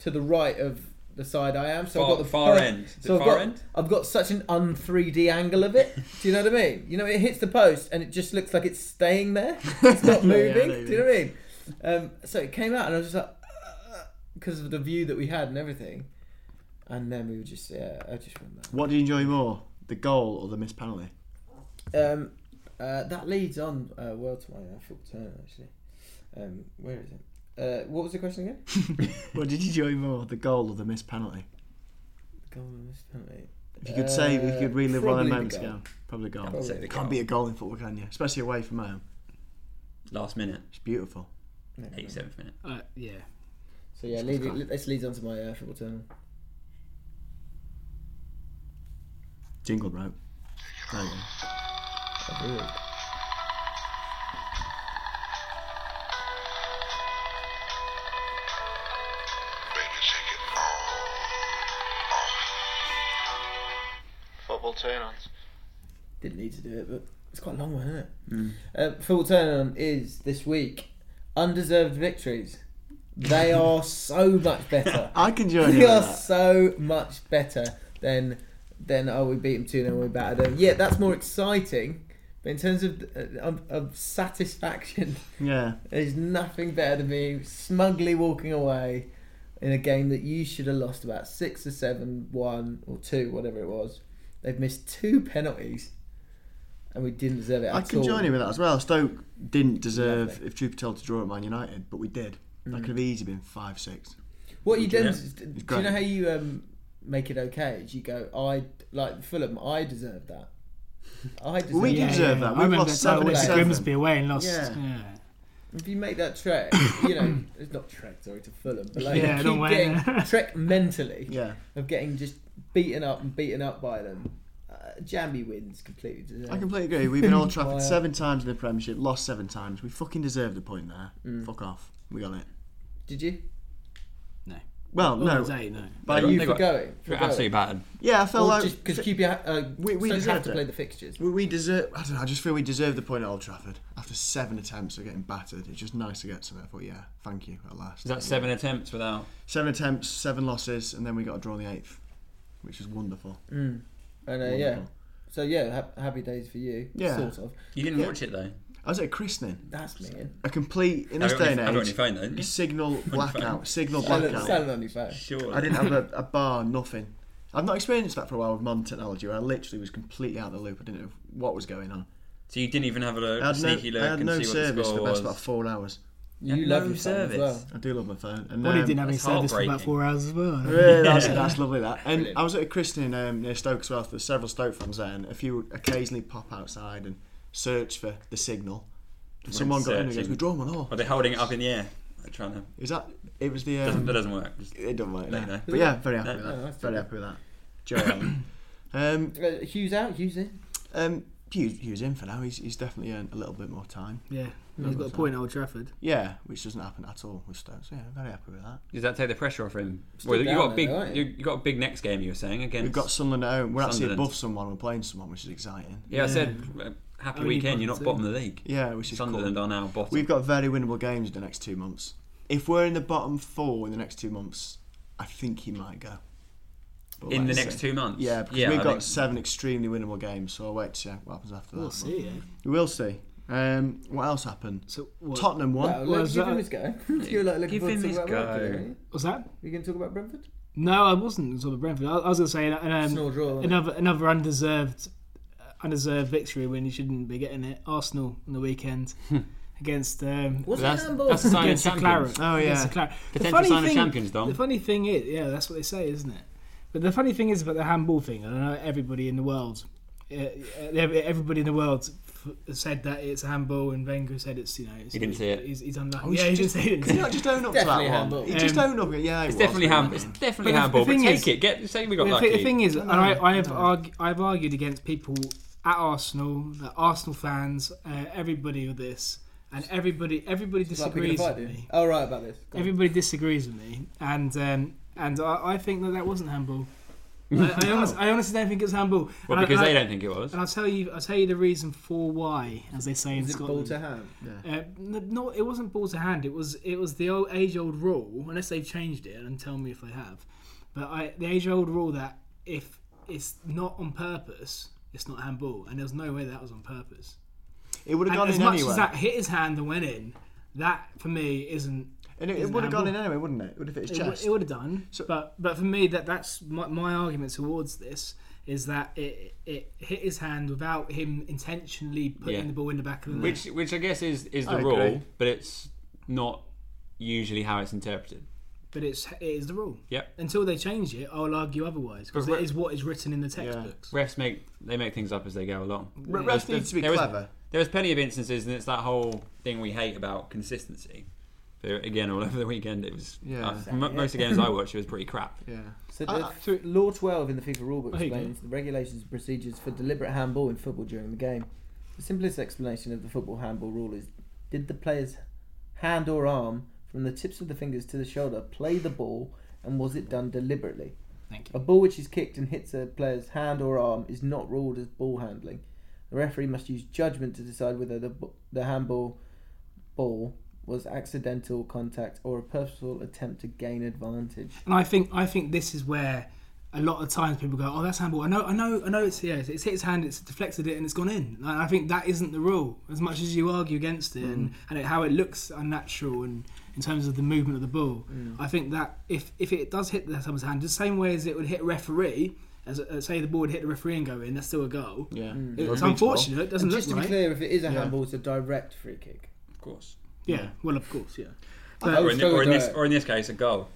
S2: to the right of the side I am. So
S5: Far-
S2: I've got the
S5: far
S2: post-
S5: end. Is it
S2: so I've
S5: far
S2: got,
S5: end?
S2: I've got such an un 3D angle of it. Do you know what I mean? You know, it hits the post and it just looks like it's staying there. It's *laughs* not
S7: Yeah, I know
S2: moving.
S7: what you
S2: Do you know what I mean? Um, so it came out and I was just like, because of the view that we had and everything. And then we were just, yeah, I just went back.
S7: What do you enjoy more, the goal or the missed penalty?
S2: Um, uh, that leads on uh, well to my uh, full turn actually. Um, where is it? Uh, what was the question again?
S7: What did you enjoy more, the goal or the missed penalty?
S2: Goal and missed penalty.
S7: If you could say, if you could relive
S2: Uh, probably
S7: one of the
S2: the
S7: moments
S2: goal.
S7: ago, probably goal.
S2: Probably the
S7: It can't be a goal in football, can you? Especially away from home.
S5: Last minute.
S7: It's beautiful.
S5: 87th minute.
S3: Uh, yeah.
S2: So yeah, lead, this leads on to my uh, football turn.
S7: Jingle rope. There you go.
S8: Football turn-ons.
S2: Didn't need to do it, but it's quite a long one, isn't it? Uh, football turn on is this week. Undeserved victories. They are so much better.
S7: *laughs* I can join
S2: they
S7: you. on
S2: are
S7: that.
S2: so much better than than oh we beat them two 0 we battered them. Yeah, that's more exciting. But in terms of uh, of, of satisfaction, *laughs*
S7: Yeah.
S2: there's nothing better than me smugly walking away in a game that you should have lost about six or seven, one or two, whatever it was. They've missed two penalties, and we didn't deserve it.
S7: I
S2: at
S7: can
S2: all.
S7: join you with that as well. Stoke didn't deserve, if truth be told, to draw at Man United, but we did. That could have easily been 5 6.
S2: What you then?
S5: Yeah.
S2: Do you
S7: great.
S2: know how you um, make it okay? Do you go? I like Fulham. I deserve that. I deserve.
S7: We
S2: that.
S7: deserve that. We've lost
S2: at
S3: We
S7: seven
S3: went to
S2: seven.
S3: Grimsby away and lost.
S7: Yeah.
S3: Yeah.
S2: If you make that
S7: *coughs*
S2: trek, you know it's not trek. Sorry to Fulham, but like
S3: Yeah,
S2: you
S3: don't
S2: keep
S3: worry.
S7: *laughs*
S2: getting trek mentally
S7: Yeah.
S2: of getting just beaten up and beaten up by them. Uh, Jambi wins completely. Deserved.
S7: I completely agree. We've been all Trafford
S2: Wow.
S7: seven times in the Premiership, lost seven times. We fucking deserved a point there. Fuck off. We got it.
S2: Did you?
S7: Well,
S3: Oh, it
S7: no.
S3: was eight, no.
S7: But
S5: They
S7: you,
S5: got-
S2: For going.
S5: They
S2: For
S5: were
S2: going.
S5: absolutely battered.
S7: yeah, I felt
S2: Or
S7: like
S2: just because QPR uh,
S7: We- we
S2: Stoke have
S7: deserved
S2: to
S7: it.
S2: play the fixtures.
S7: we, we deserve. I don't know. I just feel we deserve the point at Old Trafford after seven attempts of getting battered. It's just nice to get something. I thought, yeah, thank you at last.
S5: Is that seven attempts without?
S7: Seven attempts, seven losses, and then we got a draw in the eighth, which is wonderful.
S2: And uh, yeah,
S7: Wonderful.
S2: so yeah, ha- happy days for you.
S7: Yeah.
S2: Sort of.
S5: You didn't watch it though.
S7: I I was at a christening.
S2: That's me.
S7: A complete in
S5: Have
S7: this
S5: it on
S7: day
S5: your- have it on your
S7: and
S5: phone then. *laughs*
S7: age. Signal blackout. Signal blackout.
S2: Stand on your phone.
S5: Sure.
S7: I didn't have a, a bar, nothing. I've not experienced that for a while with modern technology. Where I literally was completely out of the loop. I didn't know what was going on.
S5: *laughs* So you didn't even have a look,
S7: I had
S5: sneaky
S7: no,
S5: look
S7: I had
S5: and
S7: no
S5: see what the
S7: service for
S5: score
S7: the best
S5: was.
S7: about four hours.
S2: You
S5: no
S2: love your service.
S5: service.
S2: Phone as well.
S7: I do love my phone. And
S3: Well, he
S7: um,
S3: didn't have any
S5: that's
S3: service for about
S5: heartbreaking.
S3: four hours as well.
S7: Yeah, that's, that's lovely. That and I was at a christening um, near Stoke as well. There's several Stoke fans there, and a few occasionally pop outside and search for the signal. And someone got in and goes,
S5: searching.
S7: "We drawn one all."
S5: Are they holding it up in the air? Like trying to.
S7: Is that? It was the.
S5: Doesn't,
S7: Um,
S5: that doesn't work. Just-
S7: it don't work.
S5: No,
S7: no.
S5: no.
S7: But yeah, very happy
S5: No,
S7: with
S5: no,
S7: that.
S2: that's
S7: very
S2: good.
S7: happy with that. Joe Allen. um,
S2: Uh, Hughes out, Hughes in.
S7: um, Hughes, Hughes in for now. He's, he's definitely earned a little bit more time.
S3: Yeah, he's got a point at Old Trafford.
S7: Yeah, which doesn't happen at all with Stoke. So yeah, very happy with that.
S5: Does that take the pressure off him? Well, you
S2: down
S5: got a
S2: there,
S5: big.
S2: though, aren't you?
S5: You you got a big next game. You were saying against.
S7: We've got Sunderland at home. We're actually
S5: Sunderland.
S7: above someone. We're playing someone, which is exciting.
S5: yeah, I said uh, happy
S3: Only
S5: weekend.
S3: bottom
S5: You're not
S3: two.
S5: bottom of the league.
S7: Yeah, which is cool.
S5: Sunderland are now bottom.
S7: We've got very winnable games in the next two months. If we're in the bottom four in the next two months, I think he might go. But
S5: in the
S7: let's
S5: next
S7: see.
S5: two months.
S7: Yeah, because
S5: yeah,
S7: we've
S5: I
S7: got
S5: think-
S7: seven extremely winnable games, so I'll wait to see what happens after that.
S3: We'll see. Yeah.
S7: We will see. Um, what else happened?
S3: So what,
S7: Tottenham won.
S2: Well,
S3: Well,
S2: let's give
S3: that-
S2: him his go. *laughs* You're like looking
S5: Give
S2: forward
S5: him
S2: to
S5: his
S2: talking about
S5: go.
S2: Brentford, aren't you?
S3: was that?
S2: You going to talk about Brentford?
S3: No, I wasn't. Sort of Brentford. I, I was going to say and, um,
S2: Snore draw, wasn't it?
S3: another another undeserved uh, undeserved victory when you shouldn't be getting it. Arsenal on the
S5: *laughs*
S3: weekend against um,
S2: What's
S7: That's-
S2: that handball?
S3: that's
S2: That's
S3: a
S5: sign of
S3: against the
S5: champions.
S3: Claret.
S7: Oh,
S3: Against
S7: yeah.
S3: the Claret. The
S5: Potential
S3: funny
S5: sign of
S3: thing-
S5: champions, Dom.
S3: The funny thing is, yeah, that's what they say, isn't it? But the funny thing is about the handball thing. and I know everybody in the world, uh, ev- everybody in the world f- said that it's a handball, and Wenger said it's you know it's,
S5: He didn't see it.
S3: He's, he's unlucky.
S7: Oh,
S3: yeah, he didn't see it.
S7: Can you not just own up to
S2: Definitely
S7: that
S2: handball.
S7: one? He just
S3: Um,
S7: owned up. Yeah, it
S5: It's
S7: was,
S5: definitely
S7: wasn't
S5: hand.
S7: it?
S5: It's definitely
S3: But the-
S5: handball.
S3: the
S5: But
S3: thing
S5: take
S3: is-
S5: it. Get say we got
S3: The,
S5: lucky.
S3: thi- the thing is, and I, I have argu- I've argued against people at Arsenal, the Arsenal fans, uh, everybody with this, and everybody everybody
S2: like picking a
S3: disagrees
S2: fight,
S3: with
S2: dude.
S3: me.
S2: Oh, right, about this. Go on.
S3: Everybody disagrees with me, and um, and I, I think that that wasn't
S5: *laughs*
S3: handball. I, I, honest, I honestly don't think it's handball.
S5: well,
S3: And I-
S5: because
S3: I,
S5: they don't think it was.
S3: And I'll tell you, I'll tell you the reason for why, as they say in
S2: Is it ball
S3: Scotland.
S2: to hand?
S3: Uh, n- no, it wasn't ball to hand. It was it was the old age old rule, unless they've changed it and tell me if they have. But I the age old rule that if it's not on purpose, it's not handball, and there's no way that was on purpose.
S7: It would have
S3: And
S7: gone
S3: as
S7: in
S3: much
S7: anyway.
S3: as that hit his hand and went in, that for me isn't.
S7: and it,
S3: isn't
S7: would have gone in
S3: handball.
S7: anyway, wouldn't it? It would have hit his
S3: It, w-
S7: chest.
S3: it would have done.
S7: So-
S3: but but for me, that that's my, my argument towards this is that it it hit his hand without him intentionally putting
S5: Yeah.
S3: the ball in the back of the net.
S5: Which, which I guess is is the
S7: I
S5: rule,
S7: agree.
S5: but it's not usually how it's interpreted.
S3: but it's it is the rule.
S5: Yep.
S3: Until they change it, I'll argue otherwise because
S5: But
S3: it
S5: re-
S3: is what is written in the textbooks.
S5: Refs make they make things up as they go along.
S7: Re- refs
S5: There's-
S7: need to be
S5: there was-
S7: clever.
S5: there was plenty of instances, and it's that whole thing we hate about consistency. But again, all *laughs* over the weekend, it was
S7: Yeah.
S5: uh, m- most of the games I watched, it was pretty crap.
S7: yeah.
S2: So
S7: I-
S2: the,
S7: I-
S2: through, Law 12 in the FIFA rulebook
S3: There you
S2: explains the regulations and procedures for deliberate handball in football during the game. The simplest explanation of the football handball rule is did the player's hand or arm from the tips of the fingers to the shoulder play the ball and was it done deliberately?
S3: Thank
S2: A ball which is kicked and hits a player's hand or arm is not ruled as ball handling. The referee must use judgment to decide whether the, b- the handball ball was accidental contact or a purposeful attempt to gain advantage.
S3: And I think I think this is where a lot of times people go, "Oh, that's handball." I know, I know, I know. It's yeah, it's, it's hit his hand, it's deflected it, and it's gone in. And I think that isn't the rule. As much as you argue against it
S5: Mm.
S3: and, and it, how it looks unnatural and in terms of the movement of the ball,
S5: Mm.
S3: I think that if if it does hit someone's hand, the same way as it would hit a referee. As, uh, say the ball would hit the referee and go in, that's still a goal. It's
S7: Yeah. Or a beach ball.
S3: Mm. unfortunate. It doesn't
S2: And just
S3: look
S2: to be
S3: right.
S2: clear, if it is a handball, it's a direct free kick.
S5: Of course.
S3: Yeah. Well, of course. Yeah.
S2: I
S5: Or
S2: would
S5: in,
S2: still
S5: or in
S2: do
S5: this,
S2: it.
S5: or in this case, a goal.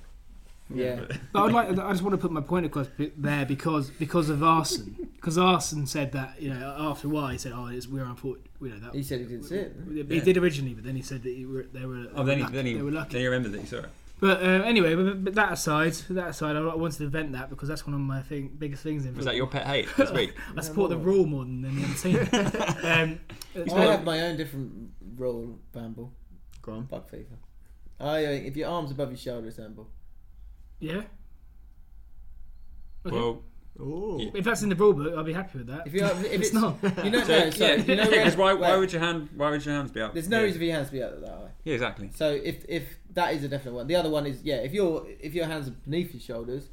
S2: yeah.
S3: But I'd like. I just want to put my point across b- there because because of Arson. Because Arson said that you know after a while he said, "Oh, it's, we're unfortunate." You know that
S2: He said he didn't see it.
S3: he did originally, but then he said that he were, they were.
S5: Oh, then he,
S3: lucky-
S5: then he,
S3: they were lucky.
S5: then he remembered that he saw it.
S3: but uh, anyway, but, but that aside, that aside, I wanted to vent that because that's one of my thing, biggest things in.
S5: Was that
S3: football.
S5: your pet hate
S3: *laughs*
S5: this week?
S3: I support the rule more than any other team.
S5: *laughs*
S3: um,
S2: I have my own different role of handball.
S7: Go on.
S2: Fuck FIFA. I uh, if your arms above your shoulder, it's handball.
S3: yeah. Okay.
S5: Well,
S7: Ooh.
S5: Yeah.
S3: if that's in the rule book, I'll be happy with that. *laughs*
S2: If you if it's,
S3: it's not.
S2: you don't
S5: so,
S2: know. So *laughs*
S5: yeah, *laughs*
S2: you know
S5: yeah, 'cause
S2: where-
S5: why, why
S2: wait,
S5: would your hand? Why would your hands be up?
S2: There's no
S5: yeah.
S2: reason for your hands to be out that high.
S5: Yeah, exactly.
S2: So if if that is a definite one. The other one is yeah. If your if your hands are beneath your shoulders,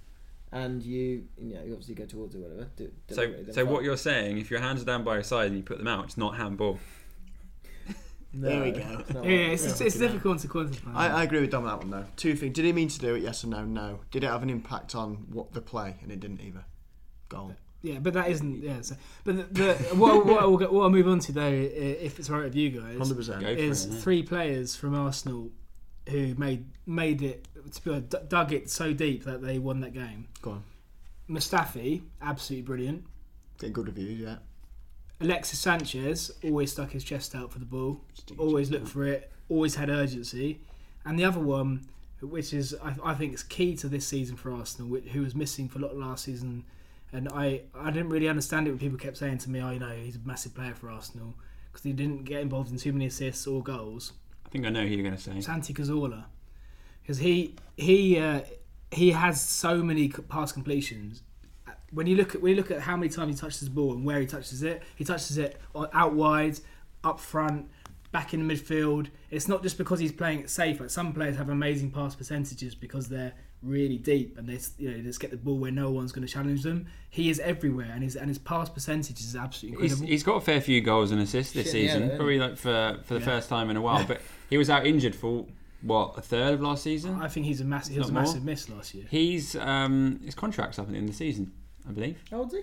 S2: and you you know you obviously go towards or whatever. Do,
S5: So,
S2: deliberately, then
S5: so
S2: fine.
S5: what you're saying, if your hands are down by your side and you put them out, it's not handball.
S7: There we go.
S2: It's not
S3: Yeah,
S2: like-
S3: it's, it's, it's difficult to quantify.
S7: I, I agree with Dom on that one though. Two things: did he mean to do it? Yes or no? No. Did it have an impact on what the play? And it didn't either. Goal.
S3: yeah, but that isn't. Yeah, so, but the, the, what, what, I'll, go- what I'll move on to though, i- if it's alright with you guys,
S7: Hundred percent.
S5: Go for
S3: is
S5: it, yeah.
S3: three players from Arsenal who made made it to be honest, d- dug it so deep that they won that game.
S7: Go on.
S3: Mustafi, absolutely brilliant.
S7: Getting good reviews. Yeah.
S3: Alexis Sanchez always stuck his chest out for the ball, always looked for it, always had urgency. And the other one, which is I, I think is key to this season for Arsenal, which, who was missing for a lot last season, and I I didn't really understand it when people kept saying to me, oh, you know, he's a massive player for Arsenal because he didn't get involved in too many assists or goals.
S5: I think I know who you're going to say.
S3: Santi Cazorla, because he he uh, he has so many c- pass completions. When you look at when you look at how many times he touches the ball and where he touches it, he touches it on- out wide, up front, back in the midfield. It's not just because he's playing it safe. Like some players have amazing pass percentages because they're really deep and they s- you know they just get the ball where no one's going to challenge them. He is everywhere and his and his pass percentage is absolutely
S5: He's,
S3: incredible.
S5: he's got a fair few goals and assists this
S2: Shit, yeah,
S5: season,
S2: yeah.
S5: probably like for for the first time in a while. But he was out injured for what a third of last season.
S3: I think he's a massive he was a
S5: Not more.
S3: massive miss last year.
S5: He's um, his contract's up at the end of the season, I believe.
S2: How old's he?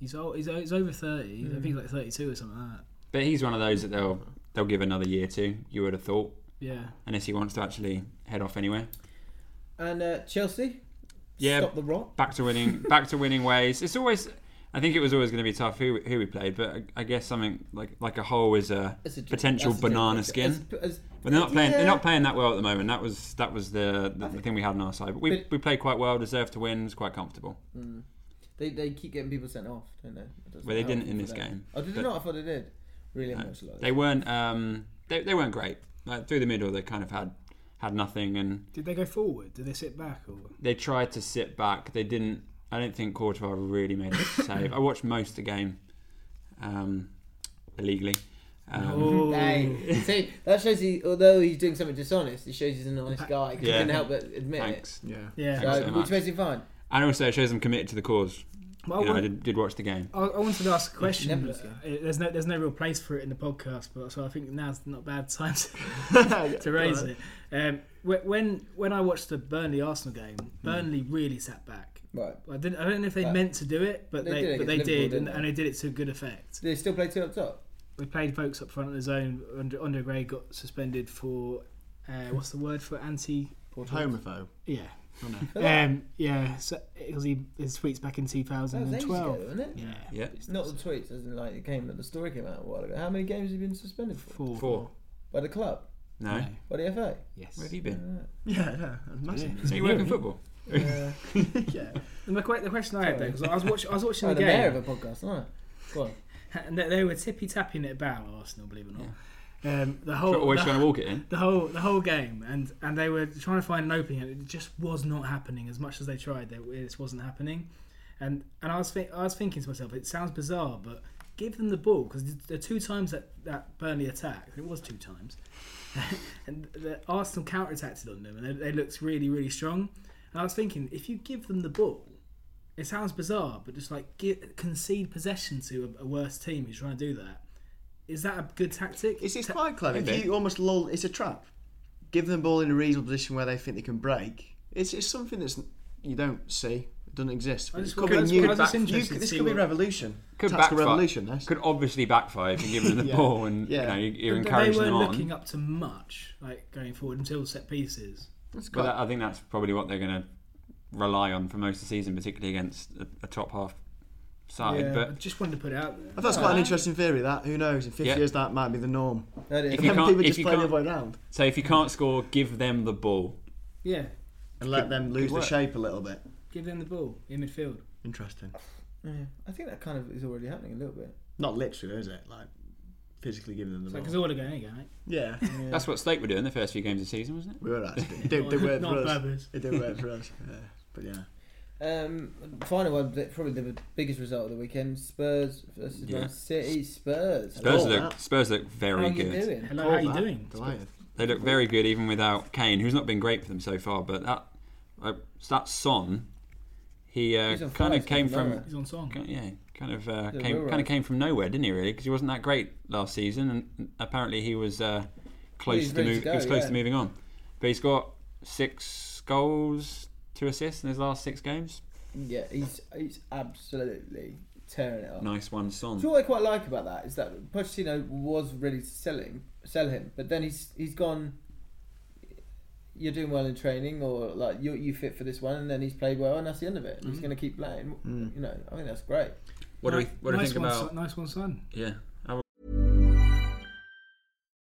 S3: He's o- he's, o- he's over thirty. I think he's like thirty two or something like that.
S5: But he's one of those that they'll they'll give another year to. You would have thought,
S3: Yeah.
S5: unless he wants to actually head off anywhere.
S2: And uh, Chelsea.
S5: Yeah,
S2: Stop the rot.
S5: back to winning, back to winning ways. It's always, I think it was always going to be tough who who we played, but I, I guess something like like a whole is a,
S2: It's a-
S5: potential
S2: that's the difference.
S5: banana
S2: As-
S5: skin.
S2: as-
S5: But they're not playing. They're
S2: yeah.
S5: not playing that well at the moment. That was that was the the, the thing we had on our side. But we
S2: But-
S5: we played quite well. Deserved to win. Was quite comfortable.
S2: They, they keep getting people sent off, don't they? It doesn't
S5: Well, they
S2: help
S5: didn't in
S2: for
S5: this
S2: them.
S5: game,
S2: Oh, did they
S5: but-
S2: not? I thought they did. Really much like
S5: They weren't. Um, they, they weren't great. Like through the middle, they kind of had had nothing, and
S3: Did they go forward? Did they sit back? Or
S5: they tried to sit back. They didn't. I don't think Courtois really made a save. I watched most of the game um, illegally. Um, *laughs*
S2: Hey, see, that shows he, although he's doing something dishonest, it shows he's a nice guy. 'cause
S5: Yeah.
S2: He can help but admit
S5: Thanks.
S7: Yeah.
S3: yeah,
S2: it.
S5: Thanks
S2: So,
S5: so
S2: which
S5: much.
S2: makes it fine.
S5: And also, it shows them committed to the cause.
S3: Well,
S5: You know,
S3: I,
S5: I
S3: want-
S5: did, did watch the game.
S3: I, I wanted to ask a question.
S2: never
S3: but,
S2: seen.
S3: uh, there's no there's no real place for it in the podcast, but so I think now's not a bad time
S2: *laughs*
S3: to, *laughs* to raise it. Um, wh- when when I watched the Burnley Arsenal game,
S2: Hmm.
S3: Burnley really sat back.
S2: Right.
S3: I, didn't, I don't know if they meant to do it, but
S2: They
S3: they,
S2: did it
S3: but they
S2: against Liverpool,
S3: did, and,
S2: didn't
S3: and
S2: they?
S3: they did it to good effect.
S2: Do they still play two up top?
S3: We played folks up front of the zone. Andre, Andre Gray got suspended for uh, what's the word for anti
S7: Homophobe.
S3: Yeah.
S2: *laughs*
S3: Um, yeah, so because he his tweets back in
S2: That was ages ago,
S3: 2012.
S2: wasn't it?
S3: Yeah,
S5: Yeah.
S2: Not the tweets, isn't like it came. The story came out a while ago. How many games have you been suspended for?
S3: four.
S5: Four.
S2: By the club,
S5: No.
S2: by the FA.
S3: Yes.
S5: Where have you been?
S7: Yeah, yeah. that's
S3: *laughs*
S7: Massive.
S5: So you work in football?
S3: And the, que- the question I had though, because I was watching, I was
S2: *laughs*
S3: watching
S2: Oh,
S3: the
S2: the mayor of
S3: game,
S2: a podcast, aren't I? Go on.
S3: and they, they were tippy tapping it about Arsenal, believe it or not. Um, the whole
S5: But always
S3: the-
S5: trying to walk it in.
S3: the whole the whole game, and and they were trying to find an opening, and it just was not happening. As much as they tried, they, it just wasn't happening. And and I was think, I was thinking to myself, it sounds bizarre, but give them the ball because the two times that that Burnley attacked, it was two times, *laughs* and the Arsenal counter attacked on them, and they, they looked really really strong. And I was thinking, if you give them the ball, it sounds bizarre, but just like give, concede possession to a, a worse team who's trying to do that. Is that a good tactic?
S7: It's, it's quite clever. If
S5: Maybe.
S7: you almost lull, it's a trap. Give them the ball in a reasonable position where they think they can break. It's, it's something that's you don't see. It doesn't exist.
S3: I just
S7: It could
S3: wonder-
S7: be
S3: I was-
S7: new-
S3: I was just
S7: you
S3: interested
S7: could-
S3: to
S7: this
S3: see
S7: could be
S3: what-
S7: revolution.
S5: Could
S7: Tactical
S5: backfire.
S7: revolution. This.
S5: Could obviously backfire if you give them the ball and
S7: Yeah.
S5: you know, you're
S3: But
S5: encouraging
S3: they weren't
S5: them on.
S3: looking up to much like going forward until set pieces.
S5: But that, I think that's probably what they're going to rely on for most of the season, particularly against a, a top half side.
S3: I
S5: But
S3: just wanted to put it out there.
S7: That's quite an interesting theory. That who knows? In fifty
S5: Yeah.
S7: years, that might be the norm.
S2: That is.
S5: If you
S7: Then
S5: can't-
S7: people just
S5: you
S7: play the
S5: can't-
S7: other way around
S5: so if you can't score, give them the ball.
S3: Yeah,
S7: and let them lose the
S5: work.
S7: shape a little bit.
S3: give them the ball in midfield.
S7: Interesting.
S2: Yeah. I think that kind of is already happening a little bit.
S7: Not literally, is it? Like physically giving them the
S3: It's like
S7: ball.
S3: Cazorla going, hey, mate.
S7: yeah,
S5: That's what Slate were doing the first few games of the season, wasn't it?
S7: we were actually. It did, did work
S3: Not
S7: for
S3: on
S7: us.
S3: purpose.
S7: It did work for us. Yeah. But yeah,
S2: Um, final one, but probably the biggest result of the weekend: Spurs versus
S5: Yeah.
S2: Man City. Spurs.
S5: Spurs
S7: Oh,
S5: look,
S7: that.
S5: Spurs look
S2: How
S5: very
S2: are you
S5: good.
S2: doing?
S3: Hello, how you
S7: That,
S3: doing?
S7: Delighted.
S5: They look very good even without Kane, who's not been great for them so far. But that uh, that Son, he uh,
S2: He's on
S5: kind
S2: fire,
S5: of came
S2: Stephen
S5: from
S2: Gerrard.
S3: He's on song.
S5: yeah Kind of uh,
S2: Yeah,
S5: came
S2: we're
S5: kind
S2: right.
S5: of came from nowhere, didn't he? Really, because he wasn't that great last season, and apparently he was uh, close
S2: he's
S5: to
S2: ready to
S5: move,
S2: go,
S5: he was close
S2: yeah.
S5: to moving on. But he's got six goals, two assists in his last six games.
S2: Yeah, he's he's absolutely tearing it up.
S5: Nice one, Son.
S2: So what I quite like about that is that Pochettino was ready to sell him, sell him, but then he's he's gone. You're doing well in training, or like you you fit for this one, and then he's played well, and that's the end of it.
S5: Mm-hmm.
S2: And He's going to keep playing.
S5: Mm.
S2: You know, I think that's great.
S5: What do we what do we
S3: nice
S5: think
S3: one,
S5: about?
S3: Son, nice one, son.
S5: Yeah, How-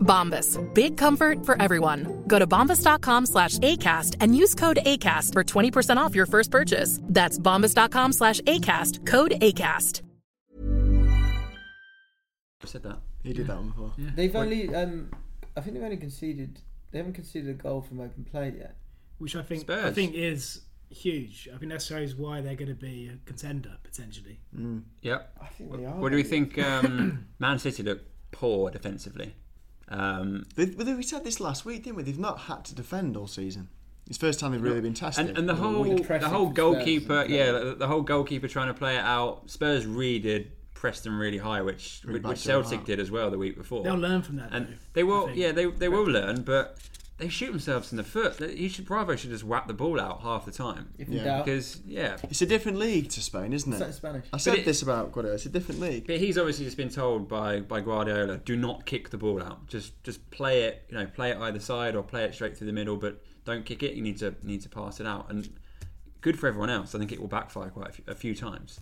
S9: Bombas. Big comfort for everyone. Go to bombas.com slash ACAST and use code ACAST for 20% off your first purchase. That's bombas.com slash ACAST, code ACAST.
S5: I said that.
S7: He did that one before.
S2: They've only, um, I think they've only conceded. They haven't conceded a goal from open play yet.
S3: which I think I
S5: Spurs.
S3: think is huge. I think that shows why they're going to be a contender potentially.
S5: Yep.
S2: I think they are.
S5: What do we think? Um, Man City look poor defensively. Um,
S7: They, well, they- we said this last week, didn't we? They've not had to defend all season. It's the first time they've really been tested.
S5: and, and the
S7: Well,
S5: whole
S7: we-
S5: the whole
S2: from Spurs
S5: goalkeeper,
S2: and play.
S5: yeah, the, the whole goalkeeper trying to play it out. Spurs really did press them really high, which
S7: Really
S5: which,
S7: backed
S5: which
S7: them
S5: Celtic
S7: out.
S5: did as well the week before.
S3: They'll learn from that.
S5: and
S3: though,
S5: they
S3: I
S5: will,
S3: think.
S5: yeah, they they will learn, but they shoot themselves in the foot. You should Bravo should just whack the ball out half the time
S2: If in
S7: Yeah.
S2: doubt,
S5: because yeah,
S7: It's a different league to Spain, isn't it?
S2: It's like Spanish.
S7: I said
S5: it-
S7: this about Guardiola. It's a different league.
S5: But he's obviously just been told by, by Guardiola, do not kick the ball out. Just just play it, you know, play it either side or play it straight through the middle, but don't kick it. You need to need to pass it out. And good for everyone else. I think it will backfire quite a few, a few times.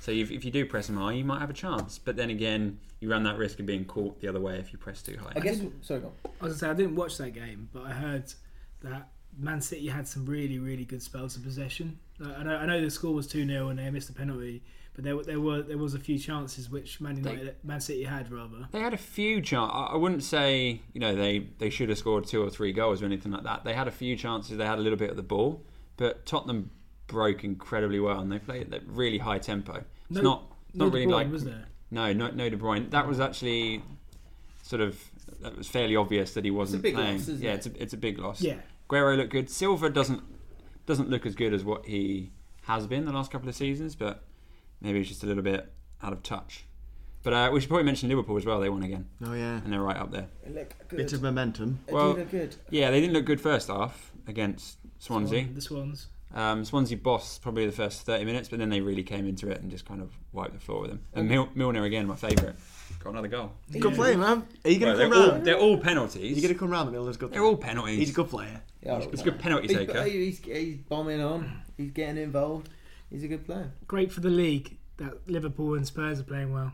S5: So if, if you do press him high, you might have a chance. But then again, you run that risk of being caught the other way if you press too high.
S2: I guess. Sorry, go on.
S3: I was gonna say I didn't watch that game, but I heard that Man City had some really really good spells of possession. Like, I know, I know the score was two 0 and they missed a penalty, but there were- there were there was a few chances which Man United, Man City had rather.
S5: They had a few chances. I I wouldn't say you know they, they should have scored two or three goals or anything like that. They had a few chances. They had a little bit of the ball, but Tottenham broke incredibly well and they played at really high tempo.
S3: No-
S5: It's not it's
S3: no
S5: not
S3: De
S5: really
S3: Bruyne,
S5: like
S3: was there?
S5: no no no De Bruyne. That was actually sort of that was fairly obvious that he wasn't
S2: big
S5: playing.
S2: loss, isn't
S5: yeah,
S2: it?
S5: it's a, it's a big loss.
S3: Yeah.
S5: Guerrero looked good. Silva doesn't doesn't look as good as what he has been the last couple of seasons, but maybe he's just a little bit out of touch. But uh, we should probably mention Liverpool as well. They won again,
S7: Oh yeah,
S5: and they're right up there.
S2: They look good.
S7: bit of momentum.
S2: They
S5: well-
S2: do look good.
S5: Yeah, they didn't look good first half against Swansea.
S3: The Swans.
S5: Um, Swansea bossed probably the first 30 minutes, but then they really came into it and just kind of wiped the floor with them. And Mil- Milner again, my favourite, got another goal.
S7: Good player, man. Are you gonna
S5: Well,
S7: come
S5: they're, all,
S7: round?
S5: they're all penalties.
S7: You're gonna come round, Milner's good.
S5: they're all
S7: player.
S5: penalties.
S7: He's a good player.
S2: Yeah, I
S5: He's a
S2: like
S5: good penalty
S2: He's,
S5: taker.
S2: he's, he's bombing on. He's getting involved. He's a good player.
S3: Great for the league that Liverpool and Spurs are playing well,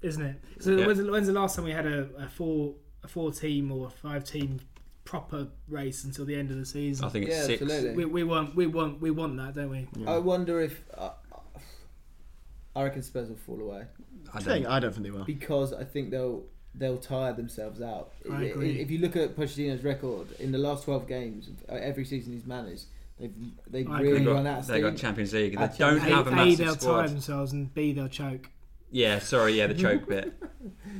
S3: isn't it? So
S5: Yeah.
S3: when's, the, when's the last time we had a, a four a four team or a five team proper race until the end of the season?
S5: I think it's
S2: Yeah,
S5: six.
S2: absolutely.
S3: We, we want we want we want that, don't we?
S2: I wonder if I I reckon Spurs will fall away
S5: I
S7: I
S5: don't,
S7: think I don't think they will.
S2: because I think they'll they'll tire themselves out.
S3: I agree.
S2: If you look at Pochettino's record in the last twelve games, uh, every season he's managed, they've they've
S3: I agree.
S2: really
S5: they
S2: run out
S5: got,
S2: of
S5: they got
S2: steam.
S5: Champions League. They
S2: Our
S5: don't
S2: Champions
S3: A,
S5: have a
S3: a
S5: massive
S3: they'll
S5: squad.
S3: tire themselves and B they'll choke.
S5: Yeah, sorry, yeah, the choke
S7: *laughs*
S5: bit.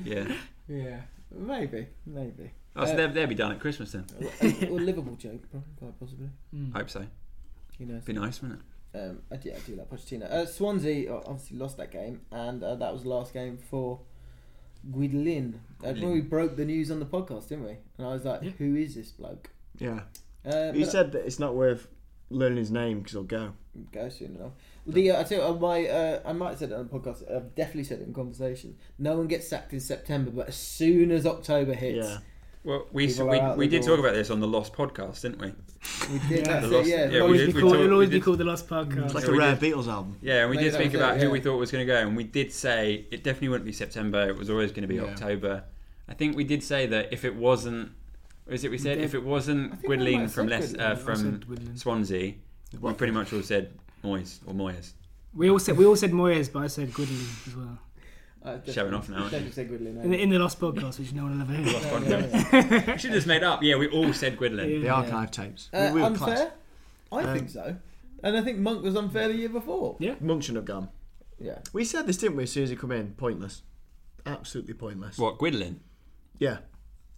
S5: Yeah.
S2: Yeah, maybe, maybe.
S5: Oh, so
S2: Uh,
S5: they'll, they'll be done at Christmas then.
S7: Mm.
S2: or Liverpool joke, probably, quite possibly.
S5: Hope so.
S2: Who knows?
S5: Be nice, wouldn't
S2: it? Um, I do, I do like Pochettino. Uh, Swansea uh, obviously lost that game, and uh, that was the last game for Guidolin. Uh,
S7: Guidolin.
S2: when we broke the news on the podcast, didn't we? And I was like, "Who is this bloke?"
S7: Yeah.
S2: Uh,
S7: he
S2: but-
S7: said that it's not worth learning his name because he'll go.
S2: Go soon enough. The uh, I tell you, what, my uh, I might have said it on the podcast. I've definitely said it in conversation. No one gets sacked in September, but as soon as October hits,
S5: Well, we
S2: people
S5: we,
S2: are out
S5: we
S2: the
S5: did
S2: door.
S5: talk about this on the Lost podcast, didn't we?
S2: We did,
S5: The
S2: that's it,
S5: Lost-
S2: yeah. It'll
S5: we
S2: always
S5: did-
S2: be
S5: we
S2: called-
S5: talked-
S2: it'll
S5: we
S2: always be
S5: did- Mm.
S2: called the Lost Podcast.
S7: It's like
S5: Yeah,
S7: a
S5: we
S7: Rare
S5: did-
S7: Beatles album.
S5: Yeah, and we
S7: Maybe
S5: did
S7: that
S5: speak
S7: was
S5: about
S7: it,
S5: who
S7: yeah.
S5: we thought was going to go, and we did say it definitely wouldn't be September. It was always going to be
S7: Yeah.
S5: October. I think we did say that if it wasn't, or is it we said
S7: did.
S5: if it
S7: I
S5: wasn't
S7: think I might
S5: Gwidlin
S7: have
S5: from
S7: said
S5: Les,
S7: Gwydlin.
S5: uh,
S7: I
S5: from
S7: said Gwydlin.
S5: Swansea, we
S7: Watford.
S5: pretty much all said Moyes or Moyes.
S3: We all said we all said Moyes, but I said Goodley as well.
S5: Showing off now. aren't you?
S2: eh?
S3: In the, in the Lost Podcast, which no one will ever hear.
S5: Lost podcast. *laughs* we should have just made up. Yeah, we all said Gwidlin.
S3: The
S7: archive tapes.
S2: Uh,
S7: We were
S2: unfair?
S7: classed.
S2: I
S7: Um,
S2: think so. And I think Monk was unfair the year before.
S3: Yeah.
S7: Monk should have gone.
S2: Yeah.
S7: We said this, didn't we, as soon as he come in? Pointless. Absolutely pointless.
S5: What, Gwidlin?
S7: Yeah.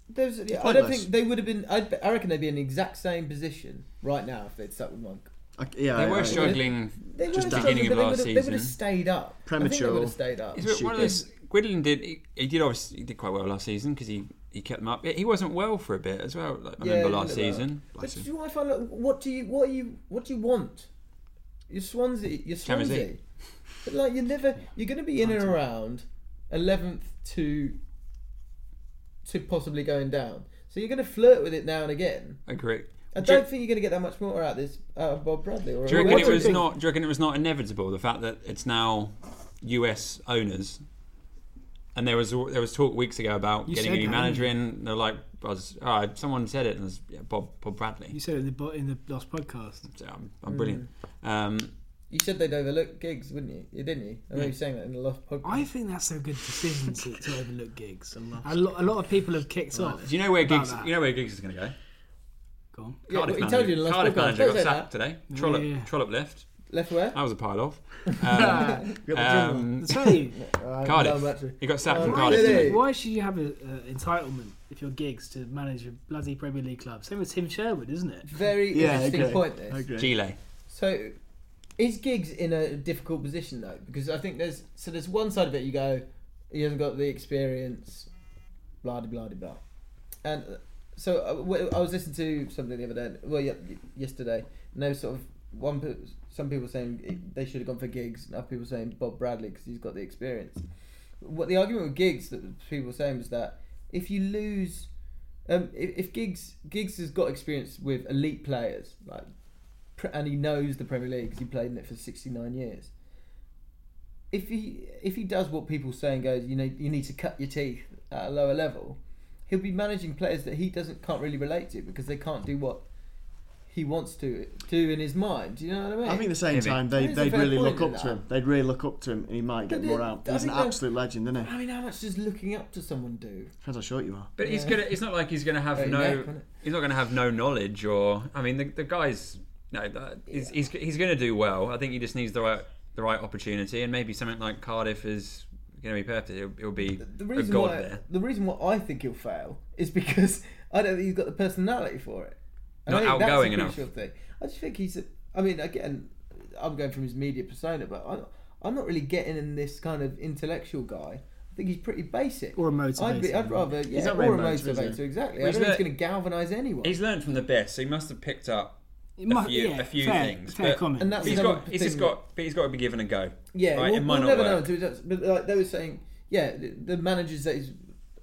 S2: There's, yeah,
S7: It's
S2: I don't
S7: pointless.
S2: think they would have been. I'd, I reckon they'd be in the exact same position right now if they'd stuck with Monk.
S7: I, yeah,
S5: They
S7: I-
S5: were
S7: I-
S5: struggling
S2: They would
S5: just
S2: have
S5: the
S2: struggled,
S5: beginning
S2: but
S5: of
S2: they would
S5: last
S2: have-
S5: season.
S2: they would have stayed up. I think they would have stayed up.
S5: It's a bit one of those. Gwidlin did. He, he did obviously he did quite well last season because he, he kept them up. He wasn't well for a bit as well. Like, I
S2: Yeah,
S5: remember
S2: you
S5: last
S2: know that.
S5: season.
S2: But do you know what I find? Like, what do you? What are you? What do you want? Your Swansea. Your
S5: Champions
S2: Swansea.
S5: League.
S2: But like you're never. You're going to be in and around eleventh to to possibly going down. So you're going to flirt with it now and again.
S5: Agree.
S2: I
S5: Do you-
S2: don't think you're going to get that much more out of this out of Bob Bradley. Or
S5: Do you reckon
S2: or
S5: it was
S2: Watson.
S5: not? Do you reckon it was not inevitable? The fact that it's now U.S. owners, and there was there was talk weeks ago about
S3: You
S5: getting a
S3: said
S5: new
S3: that,
S5: manager in. They're like, I was, all right, someone said it, and it was yeah, Bob Bob Bradley.
S3: You said it in the bo- in the Lost Podcast.
S5: I'm, I'm brilliant.
S2: Mm.
S5: Um,
S2: You said they'd overlook gigs, wouldn't you? You didn't you? I remember
S3: Yeah.
S2: you saying that in the last podcast.
S3: I think that's a good decision to, to overlook gigs. A lot, a lot of people have kicked off.
S5: do you know where
S3: about
S5: gigs?
S3: that.
S5: You know where gigs is going to go?
S3: Go
S5: *laughs*
S3: on.
S2: Yeah, well,
S5: Cardiff
S2: he
S5: manager,
S2: told you in the last
S5: Cardiff
S2: podcast.
S5: manager
S2: Don't
S5: got
S2: say
S5: sacked Oh.
S2: that.
S5: today. Trollope,
S2: Yeah.
S5: Trollope left.
S2: Left where?
S5: That was a
S2: *laughs*
S5: pile off.
S2: Got
S5: Um,
S2: the
S5: um,
S3: That's right.
S5: Cardiff. He got sacked
S2: Oh,
S5: from Cardiff. didn't he?
S3: Why should you have an uh, entitlement if your gigs to manage a bloody Premier League club? Same with Tim Sherwood, isn't it?
S2: Very interesting point. This.
S5: Gile.
S2: So, is Giggs in a difficult position though? Because I think there's so there's one side of it you go, he hasn't got the experience, blah de blah de blah, and uh, so uh, w- I was listening to something the other day, well yeah, y- yesterday, and there was sort of one pe- some people saying it- they should have gone for Giggs, and other people saying Bob Bradley because he's got the experience. What the argument with Giggs that people were saying was that if you lose. Um, if, if Giggs Giggs has got experience with elite players, like pre- and he knows the Premier League because he played in it for 69 years. If he if he does what people say and goes, you know, you need to cut your teeth at a lower level, he'll be managing players that he doesn't can't really relate to because they can't do what he wants to do in his mind. Do you know what I mean?
S7: I think at the same time,
S2: I
S7: they,
S2: think there's a
S7: they'd
S2: fair
S7: really
S2: point
S7: look
S2: in
S7: up to
S2: that.
S7: him. They'd really look up to him and he might get
S2: But
S7: more
S2: it-
S7: out.
S2: I
S7: He's an
S2: think they're-
S7: absolute legend, isn't he?
S2: I mean, how much does looking up to someone do?
S7: Depends how short you are.
S5: But he's
S2: Yeah.
S5: gonna. It's not like he's gonna have
S2: Very
S5: no.
S2: neck, innit?
S5: he's not gonna have no knowledge or. I mean, the, the guy's. No, that, he's, he's he's gonna do well. I think he just needs the right the right opportunity, and maybe something like Cardiff is gonna be perfect. It'll, it'll be
S2: The
S5: a
S2: reason
S5: god
S2: why
S5: there.
S2: the reason why I think he'll fail is because *laughs* I don't think he's got the personality for it. And
S5: Not
S2: I think
S5: outgoing
S2: that's a
S5: enough.
S2: crucial Thing. I just think he's. A, I mean, again, I'm going from his media persona, but I'm, I'm not really getting in this kind of intellectual guy. I think he's pretty basic. Or a motivator. I'd, be, I'd rather
S5: He's
S2: yeah,
S5: not
S2: or
S5: very
S2: a
S5: motivated, is he?
S2: motivator exactly.
S5: Well,
S2: I
S5: he's
S2: don't think he's
S5: not-
S2: going to galvanise anyone.
S5: He's learned from the best, so he must have picked up
S2: He
S5: a
S2: must-
S5: few,
S2: yeah,
S5: a few
S2: fair-
S5: things.
S2: fair
S5: but
S2: comment. And that's
S5: he's
S2: another
S5: got. He's just
S2: thing
S5: got. But he's got to be given a go.
S2: Yeah,
S5: right?
S2: we'll,
S5: it might
S2: we'll
S5: not
S2: never
S5: work.
S2: know. Until he does, but like they were saying, yeah, the, the managers that he's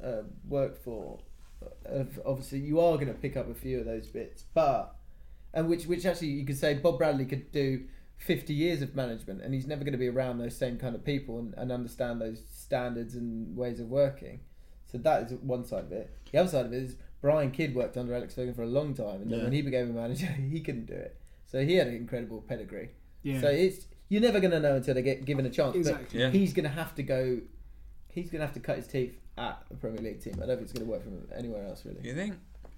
S2: uh, worked for, uh, obviously you are going to pick up a few of those bits, but and which which actually you could say Bob Bradley could do fifty years of management, and he's never going to be around those same kind of people and, and understand those standards and ways of working. So that is one side of it. The other side of it is Brian Kidd worked under Alex Ferguson for a long time, and then
S7: Yeah.
S2: when he became a manager, *laughs* he couldn't do it. So he had an incredible pedigree.
S3: Yeah.
S2: So it's you're never going to know until they get given a chance.
S3: Exactly.
S2: But
S3: Yeah.
S2: He's going to have to go. He's going to have to cut his teeth at a Premier League team. I don't think it's going to work for him anywhere else, really.
S5: You think?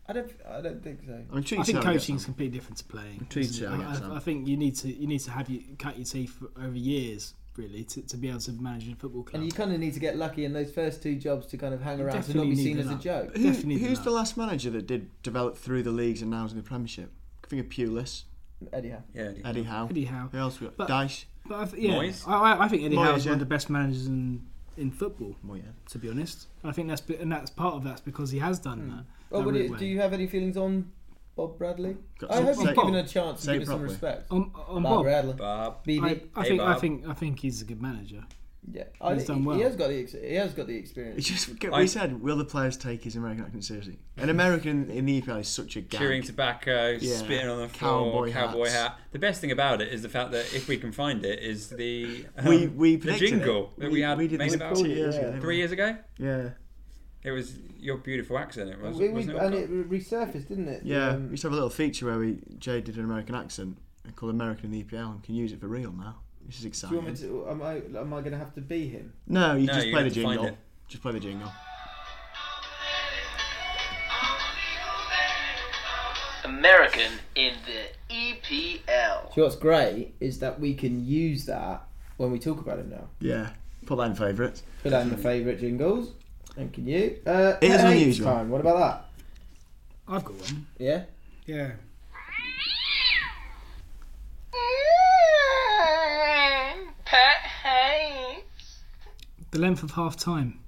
S2: I don't. I don't think so.
S7: I'm
S3: I think coaching is completely different to playing.
S7: Treat
S3: isn't it?
S7: Thiago
S3: I,
S7: Sam.
S3: I, I think you need to you need to have you cut your teeth for- over years really to, to be able to manage a football club.
S2: And you kind of need to get lucky in those first two jobs to kind of hang
S3: You
S2: around to not
S3: definitely
S2: be
S3: need
S2: seen
S3: the
S2: as a
S3: luck.
S2: joke.
S7: Who, who's the last manager that did develop through the leagues and now is in the Premiership? I think of Pulis.
S2: Eddie Howe.
S5: Yeah, Eddie,
S7: Eddie Howe.
S3: Eddie Howe.
S7: Who else we got?
S3: But-
S7: Dice.
S3: But I th- yeah,
S7: Moyes.
S3: I, I- I think Eddie
S7: Moyes,
S3: Howe is
S7: yeah.
S3: one of the best managers in, in football.
S7: Moyes.
S3: To be honest, I think that's be- and that's part of that's because he has done that.
S2: Oh,
S3: that
S2: would
S3: route
S2: it,
S3: way.
S2: do you have any feelings on Bob Bradley?
S3: Got
S2: I
S3: some-
S2: hope
S3: say
S2: you've
S3: it
S2: given a
S3: properly.
S2: chance to
S3: Say it
S2: give us some
S3: properly.
S2: respect.
S3: On- on
S2: Bob
S3: Um, Bob.
S2: Bradley.
S5: Bob.
S3: I,
S2: BB.
S3: I think I think I think he's a good manager.
S2: Yeah,
S3: I,
S2: I,
S3: he's
S2: think
S3: done
S2: he,
S3: well.
S2: he has got the ex- he has got the experience.
S7: It's just we
S5: I-
S7: said, will the players take his American accent seriously? An American in the EPL is such a gag.
S5: Chewing tobacco,
S7: Yeah.
S5: spitting on the floor,
S7: Cowboy
S5: cowboy
S7: hats.
S5: hat. The best thing about it is the fact that if we can find it, is the um,
S7: We- we
S5: the
S7: predicted
S5: jingle
S7: it.
S5: that
S7: We-
S5: we, had
S7: we did
S5: made
S7: this
S5: about
S7: two years ago,
S5: three
S7: yeah.
S5: years ago.
S7: Yeah.
S5: It was your beautiful accent. It was.
S2: We, we,
S5: wasn't it?
S2: and it resurfaced, didn't it?
S7: Yeah,
S2: Um,
S7: we used to have a little feature where we Jay did an American accent and called American in the EPL and can use it for real now. This is
S2: do you
S7: exciting.
S2: want me to? Am I am I going to have to be him?
S7: No, you
S5: No,
S7: just
S5: you
S7: play the
S5: have to find
S7: jingle.
S5: it.
S7: Just play the jingle.
S10: American in the EPL.
S2: Do you know what's great is that we can use that when we talk about him now.
S7: Yeah, put that in favourites.
S2: Put out the favourite jingles. Thank you. Uh,
S7: It is
S2: at eight
S7: unusual.
S2: Time. What about
S3: I've got one.
S2: that? Yeah.
S3: Yeah.
S1: Pat Hayes.
S3: The length of half time.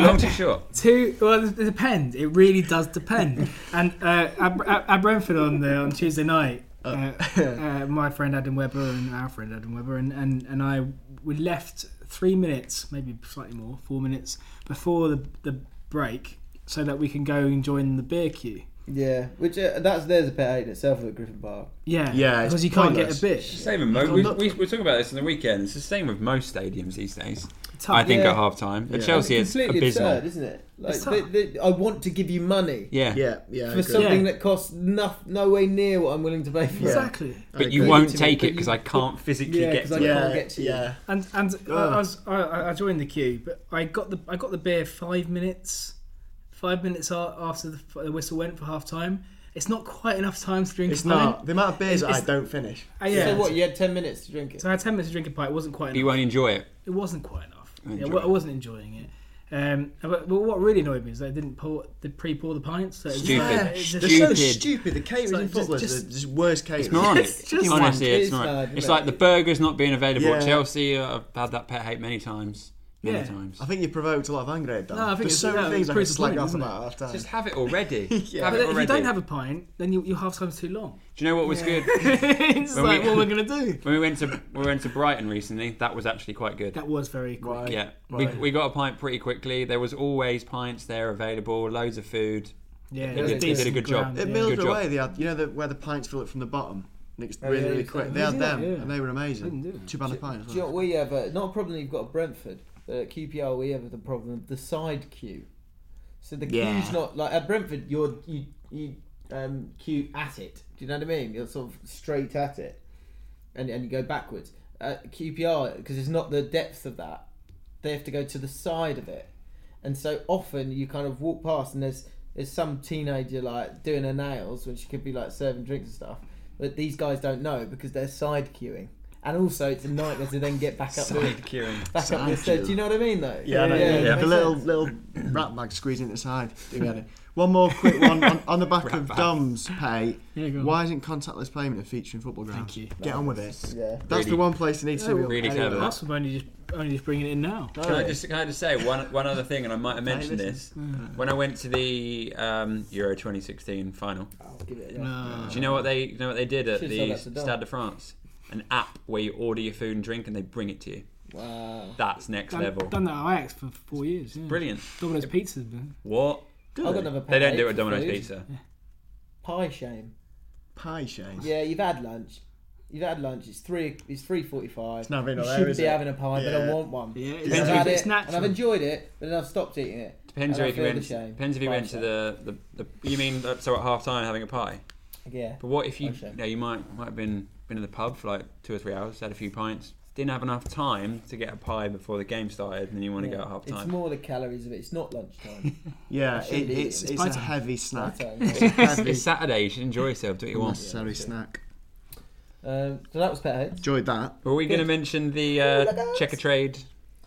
S2: *laughs*
S5: long, too short.
S3: Two. Well, it depends. It really does
S7: *laughs*
S3: depend. and uh, at, at, at Brentford on the, on Tuesday night,
S7: Oh.
S3: uh, uh, my friend Adam Webber and our friend Adam Webber and, and, and I we left three minutes, maybe slightly more, four minutes before the the break, so that we can go and join the beer queue.
S2: Yeah. Which uh, that's there's a pet hate in itself at Griffin Park.
S3: Yeah.
S7: Yeah, it's
S3: Because you can't
S7: pointless.
S3: get a
S5: It's
S3: bit.
S5: the Same with most. We, we, we're talking about this on the weekend. It's the same with most stadiums these days. I think
S2: Yeah.
S5: at half time. At
S7: Yeah.
S5: Chelsea,
S2: it's
S5: it's
S2: completely
S5: abysmal.
S2: absurd, isn't it? Like,
S3: It's
S2: they,
S3: tough.
S2: they, I want to give you money
S5: Yeah.
S7: Yeah, yeah. I
S2: for
S7: agree.
S2: something
S3: Yeah.
S2: that costs no, no way near what I'm willing to pay for. it.
S3: Exactly.
S5: But
S7: agree.
S5: you won't
S2: But
S5: take
S2: you-
S5: it because I can't physically
S2: Yeah,
S5: get
S2: 'cause
S5: to
S2: I
S5: it.
S2: can't
S7: Yeah,
S2: get to you.
S7: yeah.
S3: And and uh,
S7: Ugh.
S3: I,
S5: Ah.
S3: was, I- I I joined the queue, but I got the I got the beer five minutes, five minutes a- after the, f- the whistle went for half time. It's not quite enough time to drink.
S7: It's
S3: a pint.
S7: not the amount of beers that I
S3: It's-
S7: don't finish.
S3: Uh, yeah.
S2: So what? You had ten minutes to drink it.
S3: So I had ten minutes to drink a pint. It wasn't quite.
S5: You
S3: Enough.
S5: won't enjoy it.
S3: It wasn't quite enough. Yeah,
S5: Enjoy
S3: well, I
S5: it.
S3: wasn't enjoying it. Um, but, but what really annoyed me is they didn't pour the pre pour the pints. So it was-
S5: Stupid.
S3: Yeah, it's just-
S7: They're so
S5: Stupid.
S7: stupid. The catering
S3: like
S7: in
S3: just-
S7: football is
S3: just-
S7: the just worst catering.
S5: It's moronic.
S3: just-
S5: Honestly,
S2: It's
S5: it's moronic.
S2: mad,
S5: It's
S2: mate.
S5: like the burgers not being available at
S7: Yeah.
S5: Chelsea. uh, I've had that pet hate many times. Many
S3: Yeah.
S5: times.
S7: I think you provoked a lot of anger at them.
S3: No, I think
S7: There's
S3: it's-
S7: so
S3: no,
S7: many things
S3: it's
S7: I
S3: pretty
S7: could slag off
S3: disappointing,
S7: about half time.
S5: Just have
S3: *laughs*
S5: it already. Have
S3: But
S5: it
S3: if you
S5: already.
S3: don't have a pint, then you, your half time's too long. *laughs*
S5: Do you know what was good?
S3: it's
S5: When
S3: like
S5: we-
S3: what we're gonna do.
S5: when we went to we went to Brighton recently, that was actually quite good.
S3: That was very quick.
S5: Yeah,
S7: Right.
S5: we, we got a pint pretty quickly. There was always pints there available, loads of food.
S3: Yeah,
S5: They did- they did a good job.
S3: ground,
S7: At
S3: yeah.
S5: Good
S7: Mildred
S5: job.
S7: Way, they had you know the, where the pints fill up from the bottom. And it's really,
S2: yeah,
S7: really
S2: you
S7: quick.
S2: said-
S7: They
S2: you
S7: had
S3: did
S7: them,
S3: that, Oh, yeah.
S7: and they were
S3: I didn't do
S7: amazing.
S3: that.
S7: Two pound a pint.
S2: Do
S7: As
S2: you know
S7: well.
S2: what we have? A, not a problem you've got at Brentford, but at QPR we have the problem of the side queue. So the
S7: Yeah.
S2: queue's not like at Brentford. You're you you um, queue at it. Do you know what I mean? You're sort of straight at it, and and you go backwards. At QPR because it's not the depth of that. They have to go to the side of it, and so often you kind of walk past and there's there's some teenager like doing her nails when she could be like serving drinks and stuff. But these guys don't know because they're side queuing. And also, it's a nightmare to then get back up the
S5: Side
S2: *laughs*
S5: queuing.
S2: back up the
S7: Side
S2: stairs.
S7: queue.
S2: Do you know what I mean, though?
S3: oh,
S7: Yeah, I know, yeah,
S2: it
S7: yeah.
S2: makes
S7: the
S3: *laughs*
S7: little
S2: sense.
S7: little rat bag squeezing *laughs* inside. One more quick one on, on the *laughs* back of Dom's pay.
S3: Yeah, go on.
S7: Why isn't contactless payment a feature in football grounds?
S3: Thank you.
S7: Get on with it.
S2: Yeah.
S7: That's the
S5: Really-
S7: one place you need to be.
S5: really
S7: anyway.
S5: clever.
S3: That's only just only just bringing it in now.
S5: Can I just can I just say one one other thing, and I might have mentioned this when I went to the um, Euro 2016 final.
S2: I'll give it a go.
S3: No.
S5: Do you know what they you know what they did at
S2: Should've
S5: the
S2: sold that to Dom.
S5: Stade de France? An app where you order your food and drink, and they bring it to you.
S2: Wow.
S5: That's next level.
S3: Done, done that at Ajax for four years. Yeah.
S5: Brilliant.
S3: Domino's Pizza's been.
S5: What?
S2: I've got another
S5: They don't
S2: pie
S5: do it
S2: for
S5: at Domino's
S2: food.
S5: Pizza.
S2: Pie shame.
S7: Pie shame.
S2: Yeah, you've had lunch. You've had lunch. It's three. It's three forty-five. It's
S7: not very
S2: You
S7: nice,
S2: shouldn't
S7: is
S2: be
S7: it?
S2: having a pie, but I
S7: Yeah.
S2: want one.
S3: Yeah,
S2: And I've
S3: it's-
S2: had
S3: it's
S2: it,
S3: natural.
S2: and I've enjoyed it, but then I've stopped eating it.
S5: Depends
S2: And I
S5: if you
S2: feel the
S5: went.
S2: shame.
S5: Depends if you
S2: Pie
S5: went to
S2: shame.
S5: the, the, the. You mean uh, so at half time having a pie?
S2: Yeah.
S5: But what if you?
S2: Okay.
S5: Yeah, you might might have been been in the pub for like two or three hours, had a few pints, didn't have enough time to get a pie before the game started, and then you want to go at half
S2: It's
S5: time.
S2: more the calories of it. It's not
S5: *laughs*
S2: lunchtime.
S7: Yeah,
S2: shouldn't
S7: it,
S2: eat
S7: it's
S2: it.
S7: it's
S3: Pie
S7: a
S3: time.
S7: heavy snack.
S2: Lunchtime.
S3: *laughs*
S5: it's Saturday. You should enjoy yourself. Do what you want.
S7: Necessary snack.
S2: um, so that was pet hates.
S7: Enjoyed that.
S5: Were we going to mention the uh, checker trade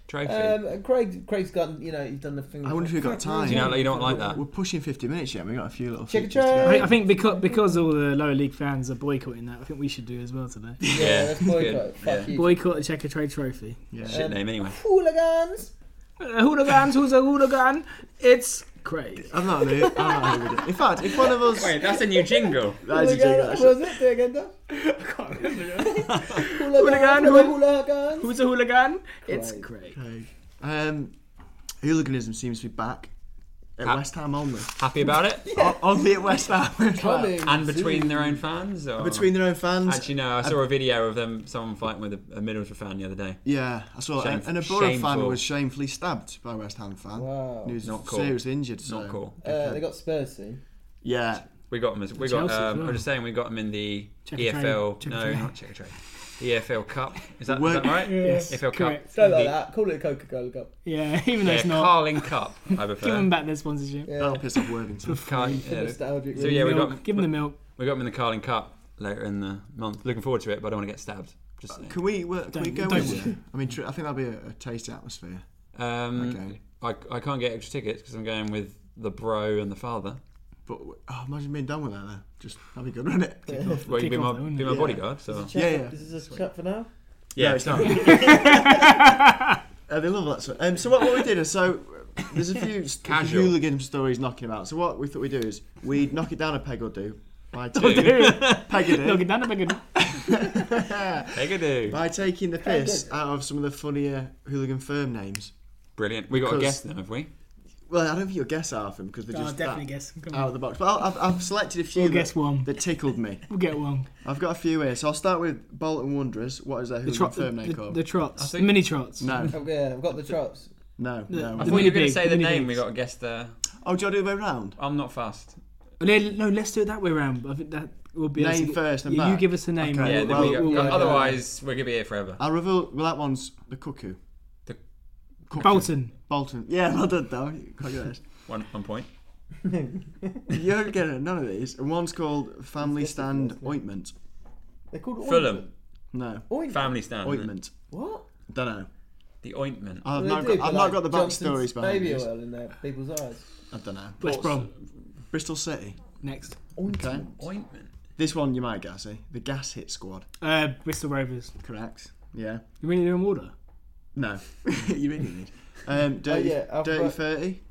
S5: Trophy.
S2: Um, Craig, Craig's got, you know, he's done the thing.
S7: I wonder if we've got time.
S5: You know, you don't like that.
S7: We're pushing 50 minutes yet. We've got a few little.
S2: Chicka
S7: features to go.
S3: I think, I think because because all the lower league fans are boycotting that, I think we should do as well today.
S5: *laughs* Yeah, that's good. boycott. Fuck you.
S3: Boycott the Checker Trade Trophy. Yeah.
S5: Shit Um, name anyway.
S2: Hooligans.
S3: hooligans. Who's a hooligan? It's Craig.
S7: I'm not here. I'm not here with it. In fact, if one of us.
S5: Wait, that's a new jingle.
S7: That is a jingle.
S2: What
S7: actually.
S2: was it? Do it again,
S7: *laughs*
S2: though. *laughs*
S3: Hooligan,
S2: Hooligan, hooligan.
S3: Who's a hooligan? It's Craig.
S7: Craig. Um, hooliganism seems to be back at
S5: Hap-
S7: West Ham only.
S5: Happy about it?
S7: O- Only at West
S5: *laughs*
S7: Ham. as well.
S5: And between their own fans? Or?
S7: Between their own fans.
S5: Actually, no. I saw a video of them, someone fighting with a, a Middlesbrough fan the other day.
S7: Yeah, I saw
S5: Shame-
S7: it. And a Borough fan
S5: shameful.
S7: was shamefully stabbed by a West Ham fan.
S2: Wow.
S7: He was
S5: Not cool.
S7: seriously injured. So.
S5: Not cool.
S2: Uh, they got Spurs soon.
S7: Yeah.
S5: We got them. As, we got.
S3: Chelsea as
S5: Um,
S3: well.
S5: I'm just saying, we got them in the
S3: Checker
S5: EFL.
S3: trade,
S5: no,
S3: checker
S5: not checker trade. The EFL Cup. Is that, is
S7: Well-
S5: that right?
S3: Yes,
S5: EFL
S3: correct.
S5: Cup.
S2: Don't like
S5: The-
S2: that. Call it a Coca-Cola Cup.
S3: Yeah, *laughs* even though
S5: Yeah,
S3: it's not.
S5: Carling Cup.
S3: *laughs*
S5: I
S3: Give them
S5: prefer.
S3: back their sponsorship.
S7: That'll piss off Worthington.
S5: Car- yeah.
S2: Nostalgic.
S5: So yeah, we
S3: Milk.
S5: got
S3: Give them the milk.
S5: we got them in the Carling Cup later in the month. Looking forward to it, but I don't want to get stabbed. Just saying.
S7: Can we, work, can we
S3: Don't-
S7: go
S3: don't
S7: in
S3: worry.
S7: there? I mean, tr- I think that'll be a, a tasty atmosphere.
S5: Um,
S7: Okay.
S5: I, I can't get extra tickets because I'm going with the bro and the father.
S7: But w- oh, imagine being done with that then. Just that'd be good, wouldn't it?
S2: *laughs*
S5: Well, you'd be
S3: Kick
S5: my,
S3: off though, wouldn't
S5: be my
S7: it?
S5: bodyguard. So
S7: Yeah, yeah.
S2: This is a chat for now.
S5: yeah, it's not.
S7: *laughs* Uh, they love that. Sort um, so what, what we did is so uh, there's a few s-
S5: Casual.
S7: hooligan stories knocking about. So what we thought we'd do is we'd knock it down a peg or do by
S3: Dude,
S7: two, peg or do,
S3: look, that
S5: *laughs*
S3: look good.
S5: Pegadoo.
S7: by taking the piss out of some of the funnier hooligan firm names.
S5: Brilliant. We got a
S7: Because-
S5: guest now, have we?
S7: Well, I don't think you'll guess half of them because they're
S3: I'll
S7: just that
S3: Oh, definitely guess. Come
S7: out
S3: on.
S7: of the box. But I'll, I've, I've selected a few
S3: We'll
S7: that,
S3: guess one.
S7: that tickled me.
S3: We'll get one.
S7: I've got a few here. So I'll start with Bolton Wanderers. What is their
S3: The,
S7: hooligan
S3: trot,
S7: firm name
S3: the,
S7: called?
S3: the trots.
S5: think-
S3: Mini trots.
S7: no,
S2: Oh, yeah, I've got the trots.
S7: no, no.
S5: I
S3: *laughs* The
S5: thought you were
S3: mini
S5: going to
S3: pig,
S5: say the
S3: mini pigs.
S5: name. We got a guest there.
S7: Oh, do you want to do the way round?
S5: I'm not fast.
S3: Le- No, let's do it that way round. I think that will be
S7: Name first and
S3: you, you
S7: back.
S3: give us a name.
S7: Okay.
S5: Yeah,
S3: right?
S5: there
S7: well,
S5: we go.
S7: well, Uh,
S3: yeah.
S5: Otherwise, we're going to be here forever.
S7: I'll reveal. Well, that one's the cuckoo.
S5: The-
S7: Cuckoo.
S3: Bolton.
S7: Bolton. Yeah, well done, though. You Quite good.
S2: *laughs*
S7: at
S5: One, one point.
S7: this. You don't get none of these. And one's called Family Stand Ointment.
S2: They're called
S5: Fulham.
S7: No.
S2: Ointment.
S5: Family stand. isn't it?
S7: Ointment. Uh,
S2: What?
S7: Don't know.
S5: The ointment.
S7: I've,
S2: They
S7: not,
S2: do
S7: got, I've
S2: put,
S7: not
S2: like,
S7: got the
S2: Johnson's
S7: backstories behind
S2: Baby
S7: this.
S2: oil in their people's eyes.
S7: I don't know.
S3: West Brom.
S7: Bristol City.
S3: Next.
S7: Okay.
S5: ointment.
S7: This one you might guess, eh? The Gas Hit Squad.
S3: Uh, Bristol Rovers.
S7: Correct. Yeah.
S3: You really doing water?
S7: No. *laughs* you really need. Um, dirty,
S2: Oh, yeah, I've
S7: dirty
S2: got-
S7: Thirty.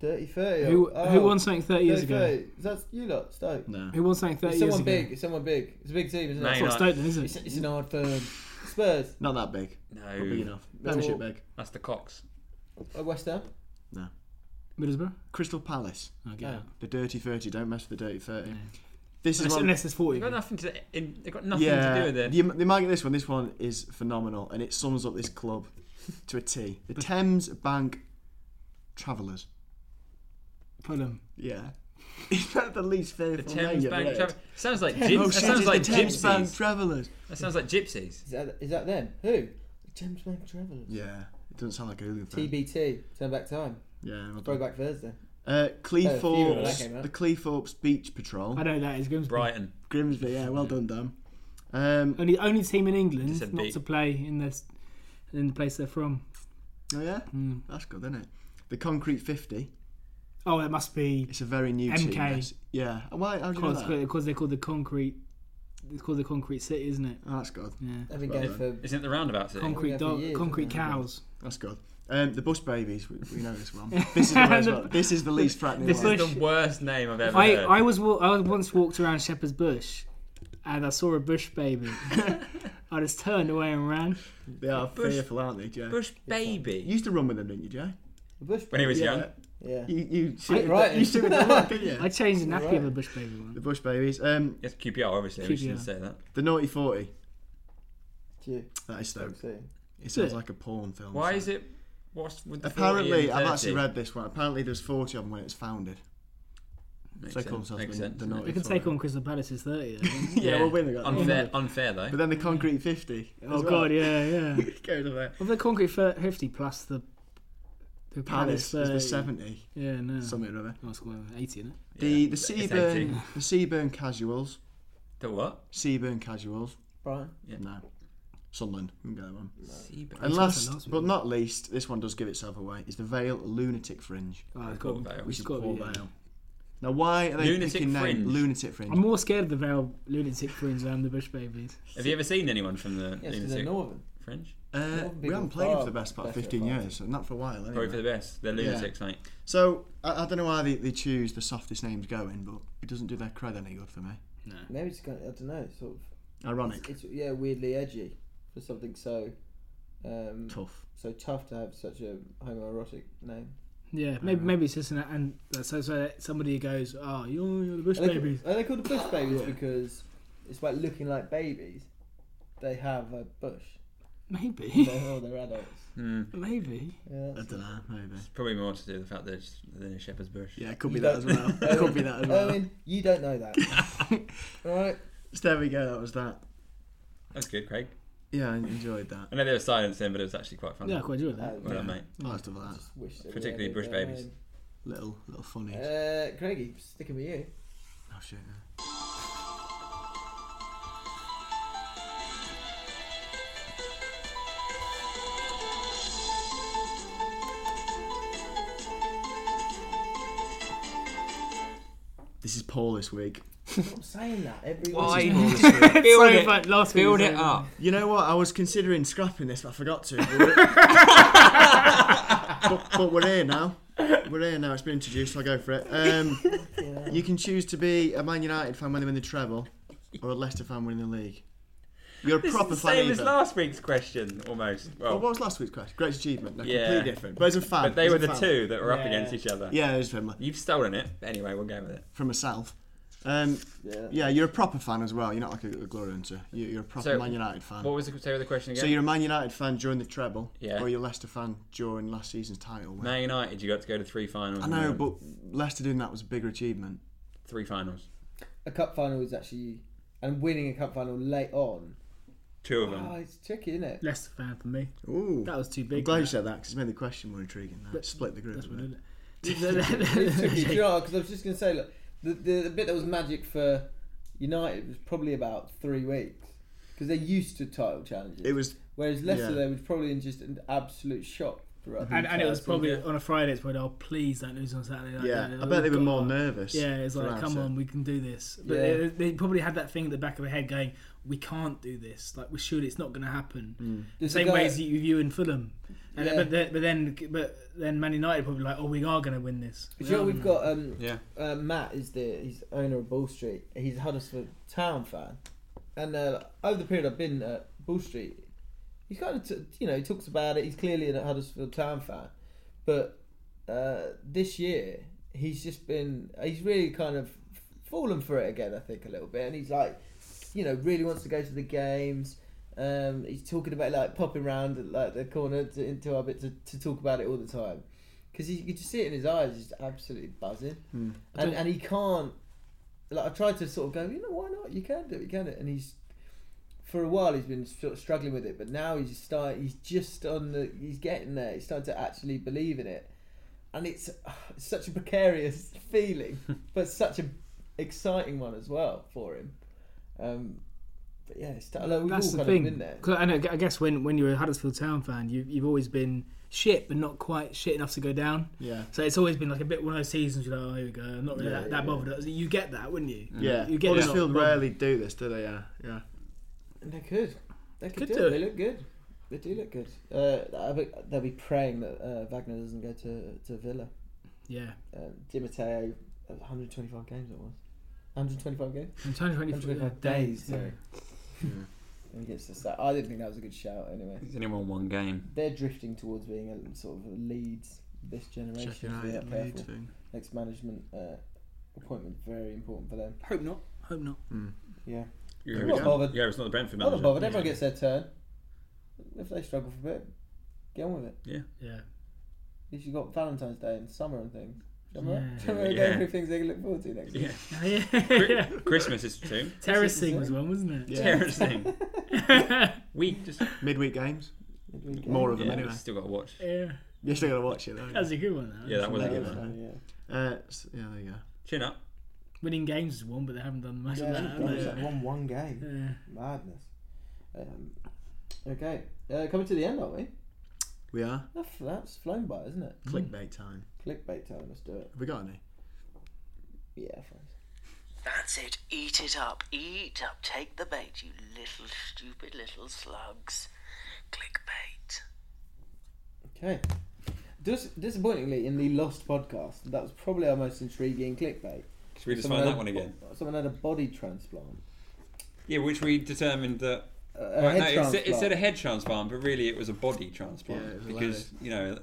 S2: Dirty 30.
S3: Who,
S2: oh,
S3: who won something 30 years
S2: Dirty
S3: ago?
S2: 30. Is that you lot, Stoke?
S7: No.
S3: Who won something 30
S2: It's
S3: years
S2: someone
S3: ago?
S2: big. It's someone big. It's a big team, isn't
S5: No,
S2: it?
S3: It's
S5: you're
S3: not
S5: not.
S3: Stoke then, is it?
S2: It's, it's an odd firm. Spurs.
S7: Not that big. Not big
S5: No.
S7: enough. Premiership big.
S5: That's the Cox.
S2: Uh, West Ham.
S3: Middlesbrough?
S7: Crystal Palace.
S3: Okay.
S2: No.
S7: The Dirty Thirty. Don't mess with the Dirty Thirty. This is
S3: Unless,
S7: one.
S3: unless it's 40.
S5: They've got nothing to. In, they've got nothing to do with it.
S7: You, you might get this one. This one is phenomenal, and it sums up this club to a T. The Thames Bank Travellers.
S3: Fulham.
S7: Yeah, *laughs* is that the least
S5: The
S7: favourite?
S5: Thames Bank. Tra- sounds like gyp-
S7: Oh
S5: that
S7: shit!
S5: sounds
S7: it's
S5: like
S7: the Thames Bank
S5: gypsies.
S7: Travellers.
S5: That sounds like
S2: Is
S5: gypsies.
S2: that, is that them? Who? James Bank Travellers.
S7: Yeah, it doesn't sound like a hooligan. fan.
S2: TBT. Turn back time.
S7: Yeah, well done.
S2: Throwback Thursday.
S7: Uh,
S2: Oh, few of them, that
S7: Cleethorpes,
S2: came out.
S7: the Cleethorpes Beach Patrol,
S3: I know that is Grimsby.
S5: Brighton.
S7: Grimsby. Yeah, well done, Dan. Um,
S3: Only only team in
S5: Just said
S3: England
S5: big.
S3: not to play in the in the place they're from.
S7: oh yeah,
S5: Hmm.
S7: that's good, isn't it? The Concrete Fifty.
S3: Oh, it must be
S7: It's a very new team.
S3: MK.
S7: this. Yeah. Why? How do you know
S3: because
S7: that?
S3: they're called the concrete. It's called the concrete city, isn't it?
S7: Oh, that's good.
S2: They've been going for
S5: Isn't it the roundabout city?
S3: Concrete
S2: yeah, for
S3: dog,
S2: years,
S3: concrete
S2: haven't they?
S3: cows.
S7: That's good. Um, the Bush Babies, we, we know this one. This is the, worst one. This is the least frightening
S3: This
S7: one.
S5: It's the worst name I've ever
S3: I,
S5: heard.
S3: I was wa- I was once walked around Shepherd's Bush, and I saw a bush
S7: *laughs*
S3: baby. I just turned away and ran.
S7: They are
S5: Bush-
S7: fearful, aren't they, Jay?
S5: Bush
S7: You
S5: baby.
S7: used to run with them, didn't you, Jay?
S2: the Bush.
S5: When he was
S7: Yeah.
S5: young.
S2: Yeah.
S7: You, you shit
S2: right.
S7: You shit with them, up, didn't you?
S3: *laughs* I changed the nappy of a bush baby one.
S7: The Bush Babies. Um,
S5: Yes, QPR obviously. We
S3: QPR.
S5: shouldn't say that.
S7: the Naughty 40.
S2: Q.
S7: That is Stoke.
S2: See.
S7: It sounds like a porn film.
S5: Why
S7: so.
S5: is it? What's with the 40 and
S7: Apparently, I've actually
S5: 30?
S7: read this one. Apparently, there's 40 of them when it's founded.
S5: Makes
S7: So they call
S5: sense.
S7: themselves
S5: Makes
S7: the,
S5: sense.
S7: the
S5: doesn't
S7: Naughty
S3: They can
S7: 40.
S3: take on Crystal Palace's thirty.
S7: *laughs*
S3: Though.
S5: it? Yeah,
S7: well, when they got-
S5: unfair. Unfair though.
S7: But then the Concrete 50.
S3: oh god,
S7: *laughs*
S3: yeah, yeah.
S7: Goes away.
S3: Well, the concrete fir- fifty plus the the
S7: Palace is the
S3: 30.
S7: 70.
S3: Yeah, no.
S7: Something or other.
S3: Oh, it's got eighty in it.
S7: The, the,
S5: it's 80.
S7: Seaburn, the Seaburn Casuals.
S5: The what?
S7: Seaburn Casuals.
S2: Brian.
S7: No. Sunderland. We can go that one.
S5: Seabeck.
S7: And
S5: That's
S7: last
S5: awesome,
S7: but not least, this one does give itself away. Is the Vale Lunatic Fringe?
S3: Oh, it's gotta be-
S7: Which
S3: it's
S7: is
S3: gotta be,
S7: Paul
S3: yeah.
S7: Vale. Now, why are they
S5: Lunatic
S7: picking name
S5: Fringe.
S7: Lunatic Fringe?
S3: I'm more scared of the Vale lunatic fringe around the Bush Babies.
S5: Have you ever seen anyone from the
S3: Yes, 'cause
S5: Lunatic
S3: they're northern.
S5: Fringe?
S7: Uh, we haven't played him for the best part of 15 years, so not for a while. Anyway.
S5: Probably for the best. They're lunatics, mate.
S7: So, I, I don't know why they, they choose the softest names going, but it doesn't do their cred any good for me.
S5: No.
S2: Maybe it's kind of, I don't know, sort of
S7: Ironic.
S2: It's, it's yeah, weirdly edgy for something so um,
S7: tough.
S2: So tough to have such a homoerotic name.
S3: Yeah,
S7: Uh.
S3: maybe maybe it's just an and uh, so so that somebody goes, oh, you're, you're the Bush
S2: Are they,
S3: Babies.
S2: Called, are they called the bush babies because it's like looking like babies? They have a
S5: *laughs*
S2: bush.
S3: Maybe.
S2: They're, oh, they're adults.
S3: Maybe.
S2: Yeah,
S7: I don't know. Maybe.
S5: It's probably more to do with the fact that it's the shepherd's bush.
S7: Yeah, it could be that as well. It could be that as well.
S2: Owen, you don't know that.
S5: *laughs*
S2: right.
S7: *laughs* So there we go. That was that.
S5: That's good, Craig.
S7: Yeah, I enjoyed that.
S5: I know there was silence then, but it was actually quite funny.
S3: Yeah, I quite enjoyed that.
S5: Well done,
S3: Yeah.
S5: mate.
S7: I like stuff like that.
S2: wish that we
S5: Particularly
S2: had
S5: bush
S2: it,
S5: babies.
S2: um,
S7: Little, little funny.
S2: Uh, Craigie, sticking with you.
S7: Oh shit. Yeah. This is Paul this week.
S2: I'm saying that every
S5: Why?
S2: week.
S5: It's
S3: *laughs*
S5: Build so it- fun. Last week build was it over. up.
S7: You know what? I was considering scrapping this, but I forgot to. But
S5: *laughs*
S7: we're, but, but we're here now. We're here now. It's been introduced. So I'll go for it. Um, you can choose to be a Man United fan when they win the treble, or a Leicester fan winning the league. You're a
S5: This is
S7: proper
S5: the
S7: fan.
S5: same as
S7: either.
S5: last week's question, almost.
S7: Well,
S5: Well,
S7: what was last week's question? Great achievement. They're
S5: yeah,
S7: completely different. But it's a fan.
S5: But they
S7: it's
S5: were
S7: a
S5: the
S7: fan.
S5: two that were up
S7: Yeah.
S5: against each other.
S7: Yeah, it's similar.
S5: You've stolen it. But anyway, we'll go with it.
S7: From a south. Um, yeah. you're a proper fan as well. You're not like a, a glory hunter. You- You're a proper Man United fan.
S5: What was the, say the question again?
S7: So you're a Man United fan during the treble,
S5: Yeah.
S7: or you're a Leicester fan during last season's title win.
S5: Man United. You got to go to three finals.
S7: I know, but Leicester doing that was a bigger achievement.
S5: three finals,
S2: A cup final is actually, and winning a cup final late on.
S5: two of them.
S2: Oh, it's tricky, isn't it?
S3: Leicester fan for me.
S7: Ooh,
S3: that was too big.
S7: I'm glad you
S3: man.
S7: said that because it's made the question more intriguing. Now. Split the group.
S3: That's
S7: a
S3: what
S7: bit.
S3: did it.
S2: *laughs* it's
S3: *laughs*
S2: tricky, because I was just going to say, look, the, the, the bit that was magic for United was probably about three weeks because they're used to title challenges.
S7: It was-
S2: whereas Leicester,
S7: yeah.
S2: they were probably in just an absolute shock. throughout the
S3: And, and it
S2: entire *laughs*
S3: was probably
S2: season.
S3: on a Friday. It's probably, oh, please don't lose on Saturday. Like,
S7: Yeah,
S3: that.
S7: I bet they were
S3: We've
S7: more
S3: got-
S7: nervous
S3: Yeah, it's like,
S7: throughout
S3: come
S7: it.
S3: on, we can do this. But
S2: Yeah.
S3: they, they probably had that thing at the back of their head going, we can't do this. Like, we're surely it's not going to happen. The
S7: Hmm.
S2: There's a
S3: same
S2: guy-
S3: way as you, you in Fulham. And
S2: Yeah.
S3: but, then, but then, but then Man United probably like, oh, we are going to win this.
S2: Do you know,
S3: Yeah.
S2: we've got um,
S5: Yeah.
S2: uh, Matt is the he's owner of Bull Street. He's a Huddersfield Town fan, and uh, over the period I've been at Bull Street, he's kind of t- you know he talks about it. He's clearly a Huddersfield Town fan, but uh, this year he's just been he's really kind of fallen for it again. I think a little bit, and he's like you know really wants to go to the games. Um, he's talking about like popping round at like the corner to, into our bit to, to talk about it all the time because you could just see it in his eyes, he's absolutely buzzing, and and he can't. Like I tried to sort of go, you know, why not? You can do it, you can do it, and he's for a while he's been sort of struggling with it, but now he's starting. He's just on the. He's getting there. He's starting to actually believe in it, and it's *sighs* it's such a precarious *laughs*
S3: *laughs*
S2: feeling, but such a exciting one as well for him. Um, but yeah, it's, like, we've
S3: That's
S2: all
S3: the
S2: kind
S3: thing.
S2: of been there.
S3: 'Cause I, know, I guess when, when you're a Huddersfield Town fan, you, you've always been shit, but not quite shit enough to go down.
S7: Yeah.
S3: So it's always been like a bit one of those seasons. You're like, oh, here we go. I'm not really
S7: Yeah,
S3: that, that
S7: yeah,
S3: bothered. You get that, wouldn't you?
S7: Yeah,
S3: You get
S7: Huddersfield
S3: that.
S7: rarely do this, do they? Yeah, yeah.
S2: And They could. They could,
S3: Could
S2: do,
S3: do
S2: it. They
S3: it.
S2: look good. They do look good. Uh, I think they'll be praying that uh, Wagner doesn't go to, to Villa.
S3: Yeah.
S2: Uh, Di Matteo, 125 games it was. 125 games?
S3: 125
S2: days,
S3: days, yeah.
S2: sorry.
S7: Hmm.
S2: And gets us that. I didn't think that was a good shout anyway.
S5: It's only won one game.
S2: They're drifting towards being a sort of a Leeds this generation.
S7: Check it
S2: so
S7: out,
S2: they're
S7: Leeds
S2: careful.
S7: thing.
S2: Next management uh, appointment, very important for them.
S3: Hope not. Hope not.
S2: Yeah.
S5: Yeah,
S2: I'm
S5: we
S2: not
S5: don't.
S2: bothered.
S5: Yeah, it's not the Brentford
S2: I'm
S5: manager.
S2: not bothered. Everyone gets their turn. If they struggle for a bit, get on with it.
S5: *laughs* Yeah.
S3: Yeah.
S2: At least you've got Valentine's Day and summer and things. Do you remember that? Do you *laughs* remember
S5: Yeah. Yeah.
S2: going through things they can look forward to next
S5: Yeah.
S2: year?
S3: yeah. *laughs*
S5: Christmas is two.
S3: Terracing was one, wasn't it?
S5: *laughs* Terracing. Week. Just
S7: Midweek games. More of them
S5: yeah,
S7: anyway.
S5: we Still got to watch.
S3: *laughs* Yeah.
S7: You still gotta watch it though.
S3: That was a good one. Though.
S5: Yeah, that was a
S7: Yeah.
S5: good one.
S7: Uh, s- yeah, there you go.
S5: Chin up.
S3: Winning games is one, but they haven't done much
S2: Yeah,
S3: of that. have
S2: that was
S3: they?
S2: like one one game.
S3: Yeah.
S2: Madness. Um, Okay, uh, coming to the end, aren't we?
S7: We are.
S2: That's, that's flown by, isn't it?
S7: Clickbait time.
S2: Clickbait time. Let's do it.
S7: Have we got any?
S2: Yeah, friends.
S10: That's it. Eat it up. Eat up. Take the bait, you little stupid little slugs. Clickbait.
S2: Okay. Dis- disappointingly, in the Lost podcast, that was probably our most intriguing clickbait.
S5: Should we just
S2: Someone
S5: find
S2: had-
S5: that one again?
S2: Someone had a body transplant. Uh,
S5: Yeah, which we determined that.
S2: a
S5: Right, no,
S2: head
S5: it, said, it
S2: transplant.
S5: said a head transplant, but really it was a body transplant
S2: Yeah, it was
S5: because you know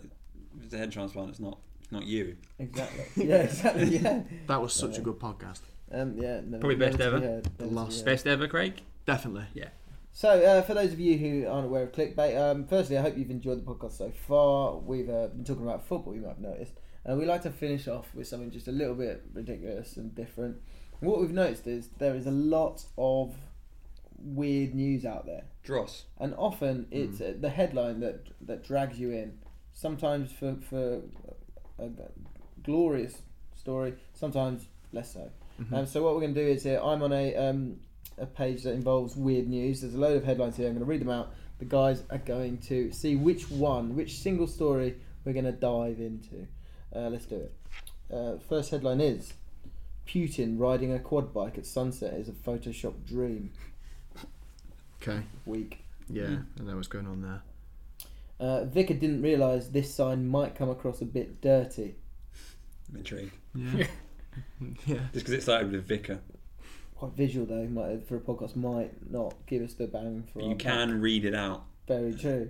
S5: if it's a head transplant. It's not it's not you.
S2: Exactly. *laughs* Yeah, exactly. Yeah.
S7: That was such a good podcast.
S2: *laughs* Um, yeah, never-
S5: Probably best
S2: never to be
S5: ever.
S2: heard, never to be
S5: Lost.
S2: heard.
S5: Best ever, Craig.
S7: Definitely.
S5: Yeah.
S2: So, uh, for those of you who aren't aware of clickbait, um, firstly, I hope you've enjoyed the podcast so far. We've uh, been talking about football, you might have noticed. And we like to finish off with something just a little bit ridiculous and different. What we've noticed is there is a lot of weird news out there.
S5: Dross.
S2: And often it's uh, the headline that, that drags you in, sometimes for, for a glorious story, sometimes less so.
S11: Mhm.
S2: Um, so what we're going to do is here, I'm on a um, a page that involves weird news. There's a load of headlines here. I'm going to read them out. The guys are going to see which one, which single story we're going to dive into. Uh, let's do it. Uh, first headline is Putin riding a quad bike at sunset is a Photoshop dream.
S7: Okay.
S2: Week.
S7: Yeah,
S3: Mm.
S7: I know what's going on there.
S2: Uh, Vicar didn't realise this sign might come across a bit dirty.
S5: I'm intrigued. *laughs*
S7: Yeah. yeah.
S5: Just because it started with vicar,
S2: Quite visual though, might, for a podcast, might not give us the bang for
S5: but
S2: our
S5: you can read it out.
S2: Very true.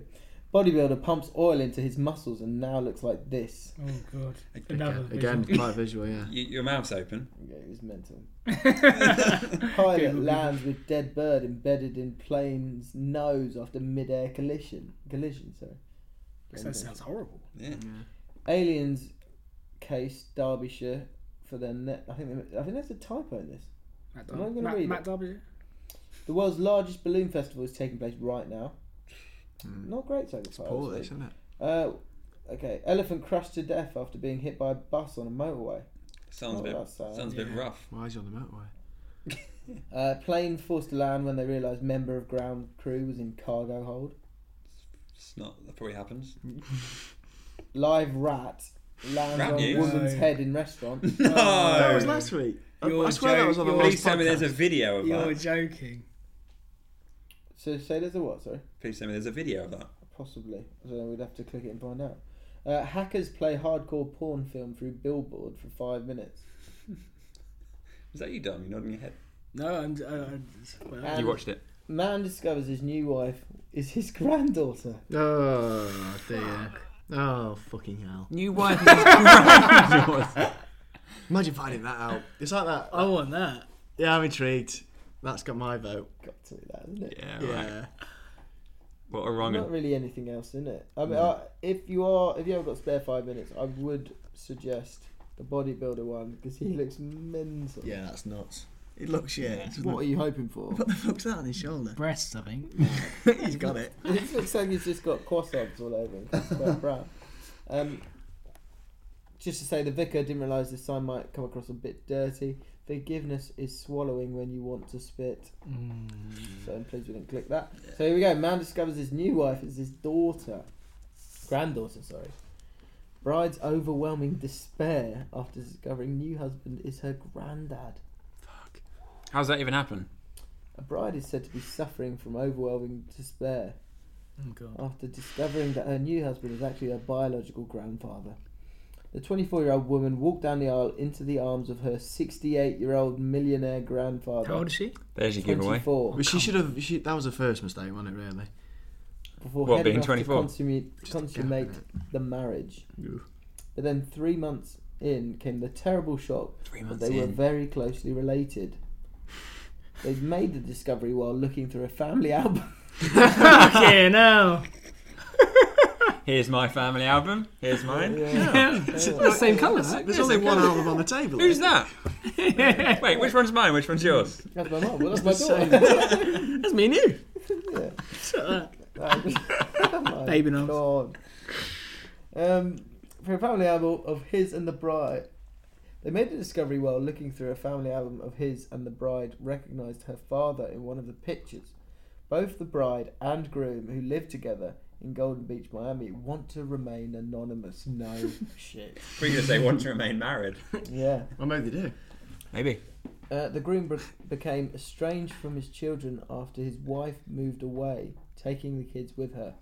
S2: Bodybuilder pumps oil into his muscles and now looks like this.
S3: Oh god.
S5: *laughs*
S7: visual, yeah.
S5: your mouth's open.
S2: Yeah, it was mental. Pilot lands with dead bird embedded in plane's nose after mid-air collision. Collision, sorry.
S3: That sounds horrible.
S5: Yeah.
S2: Aliens case Derbyshire for their net. I think they- I think there's a typo in this.
S3: Matt,
S2: Am I
S3: Dar-
S2: gonna
S3: Matt,
S2: read
S3: Matt
S2: it?
S3: Darby.
S2: The world's largest balloon festival is taking place right now. Not great so far. It's
S7: Hmm. poor, this, isn't it?
S2: Uh, okay. Elephant crashed to death after being hit by a bus on a motorway.
S5: Sounds a
S2: Not
S5: bit
S2: that sad.
S5: sounds a bit rough.
S7: Why is he on the motorway?
S2: Uh, plane forced to land when they realised member of ground crew was in cargo hold.
S5: It's not that probably happens.
S2: Live rat lands
S5: Rat
S2: on
S5: news?
S2: woman's
S5: No.
S2: head in restaurant.
S5: *laughs* No. *laughs* That was
S7: last week. I-
S5: I swear that was on the last Please tell me there's a video of
S3: You're
S5: that.
S3: joking.
S2: So say there's a what? Sorry.
S5: Please tell me there's a video of that.
S2: Possibly. So we'd have to click it and find out. Uh, hackers play hardcore porn film through billboard for five minutes.
S5: Is that you, Dom? You're nodding your head.
S3: No, I'm. I, I'm well,
S5: You watched it.
S2: Man discovers his new wife is his *laughs* granddaughter.
S7: Oh dear. Oh fucking hell.
S2: New
S3: wife is
S7: granddaughter. Imagine finding that out. It's like that. I
S3: want that.
S7: Yeah, I'm intrigued. That's got my vote. Uh,
S2: Got to be that, isn't it?
S5: Yeah.
S7: Yeah.
S5: Right. What a wrong
S2: Not really anything else in it. I mean,
S5: No.
S2: I, if you are, if you haven't got spare five minutes, I would suggest the bodybuilder one because he looks mental.
S7: Yeah, that's nuts. It looks yeah. doesn't
S2: What
S7: it?
S2: are you hoping for?
S7: What the fuck's that on his *laughs* shoulder?
S3: Breasts, I think.
S7: He's got it.
S2: it looks like he's just got croissants all over him. 'cause he's quite brown. Um, just to say, the vicar didn't realise this sign might come across a bit dirty. Forgiveness is swallowing when you want to spit. So I'm pleased we didn't click that. So here we go. Man discovers his new wife is his daughter, granddaughter. Sorry. Bride's overwhelming despair after discovering new husband is her granddad.
S5: How's that even happen?
S2: A bride is said to be suffering from overwhelming despair after discovering that her new husband is actually her biological grandfather. The 24 year old woman walked down the aisle into the arms of her 68 year old millionaire grandfather.
S3: How old is *laughs* she?
S5: There's your giveaway.
S2: 24.
S7: But she should have. She, that was her first mistake, wasn't it? Really.
S2: Before
S5: What,
S2: heading
S5: being
S2: off
S5: 24?
S2: to consummate, consummate the marriage. But then three months in came the terrible shock that
S5: months
S2: they were
S5: in.
S2: very closely related. They'd made the discovery while looking through a family *laughs* album.
S3: *laughs* yeah, no.
S5: Here's my family album. Here's mine.
S3: Yeah. It's the same colour. that.
S7: There's only one album on the table.
S3: *laughs*
S5: Who's that? Wait, which one's mine? Which one's yours?
S2: That's my mum. Well, that's
S3: It's
S2: my
S7: *laughs*
S3: the
S2: daughter.
S3: That's me and you.
S2: Oh my
S3: Baby knows.
S2: God. Um, for a family album of his and the bride, they made the discovery while looking through a family album of his and the bride. Recognised her father in one of the pictures, Both the bride and groom who live together in Golden Beach, Miami, want to remain anonymous. No shit.
S5: We're going to say want to remain married.
S2: Yeah.
S7: Well, maybe they do.
S5: Maybe.
S2: Uh, the groom be- became estranged from his children after his wife moved away, taking the kids with her.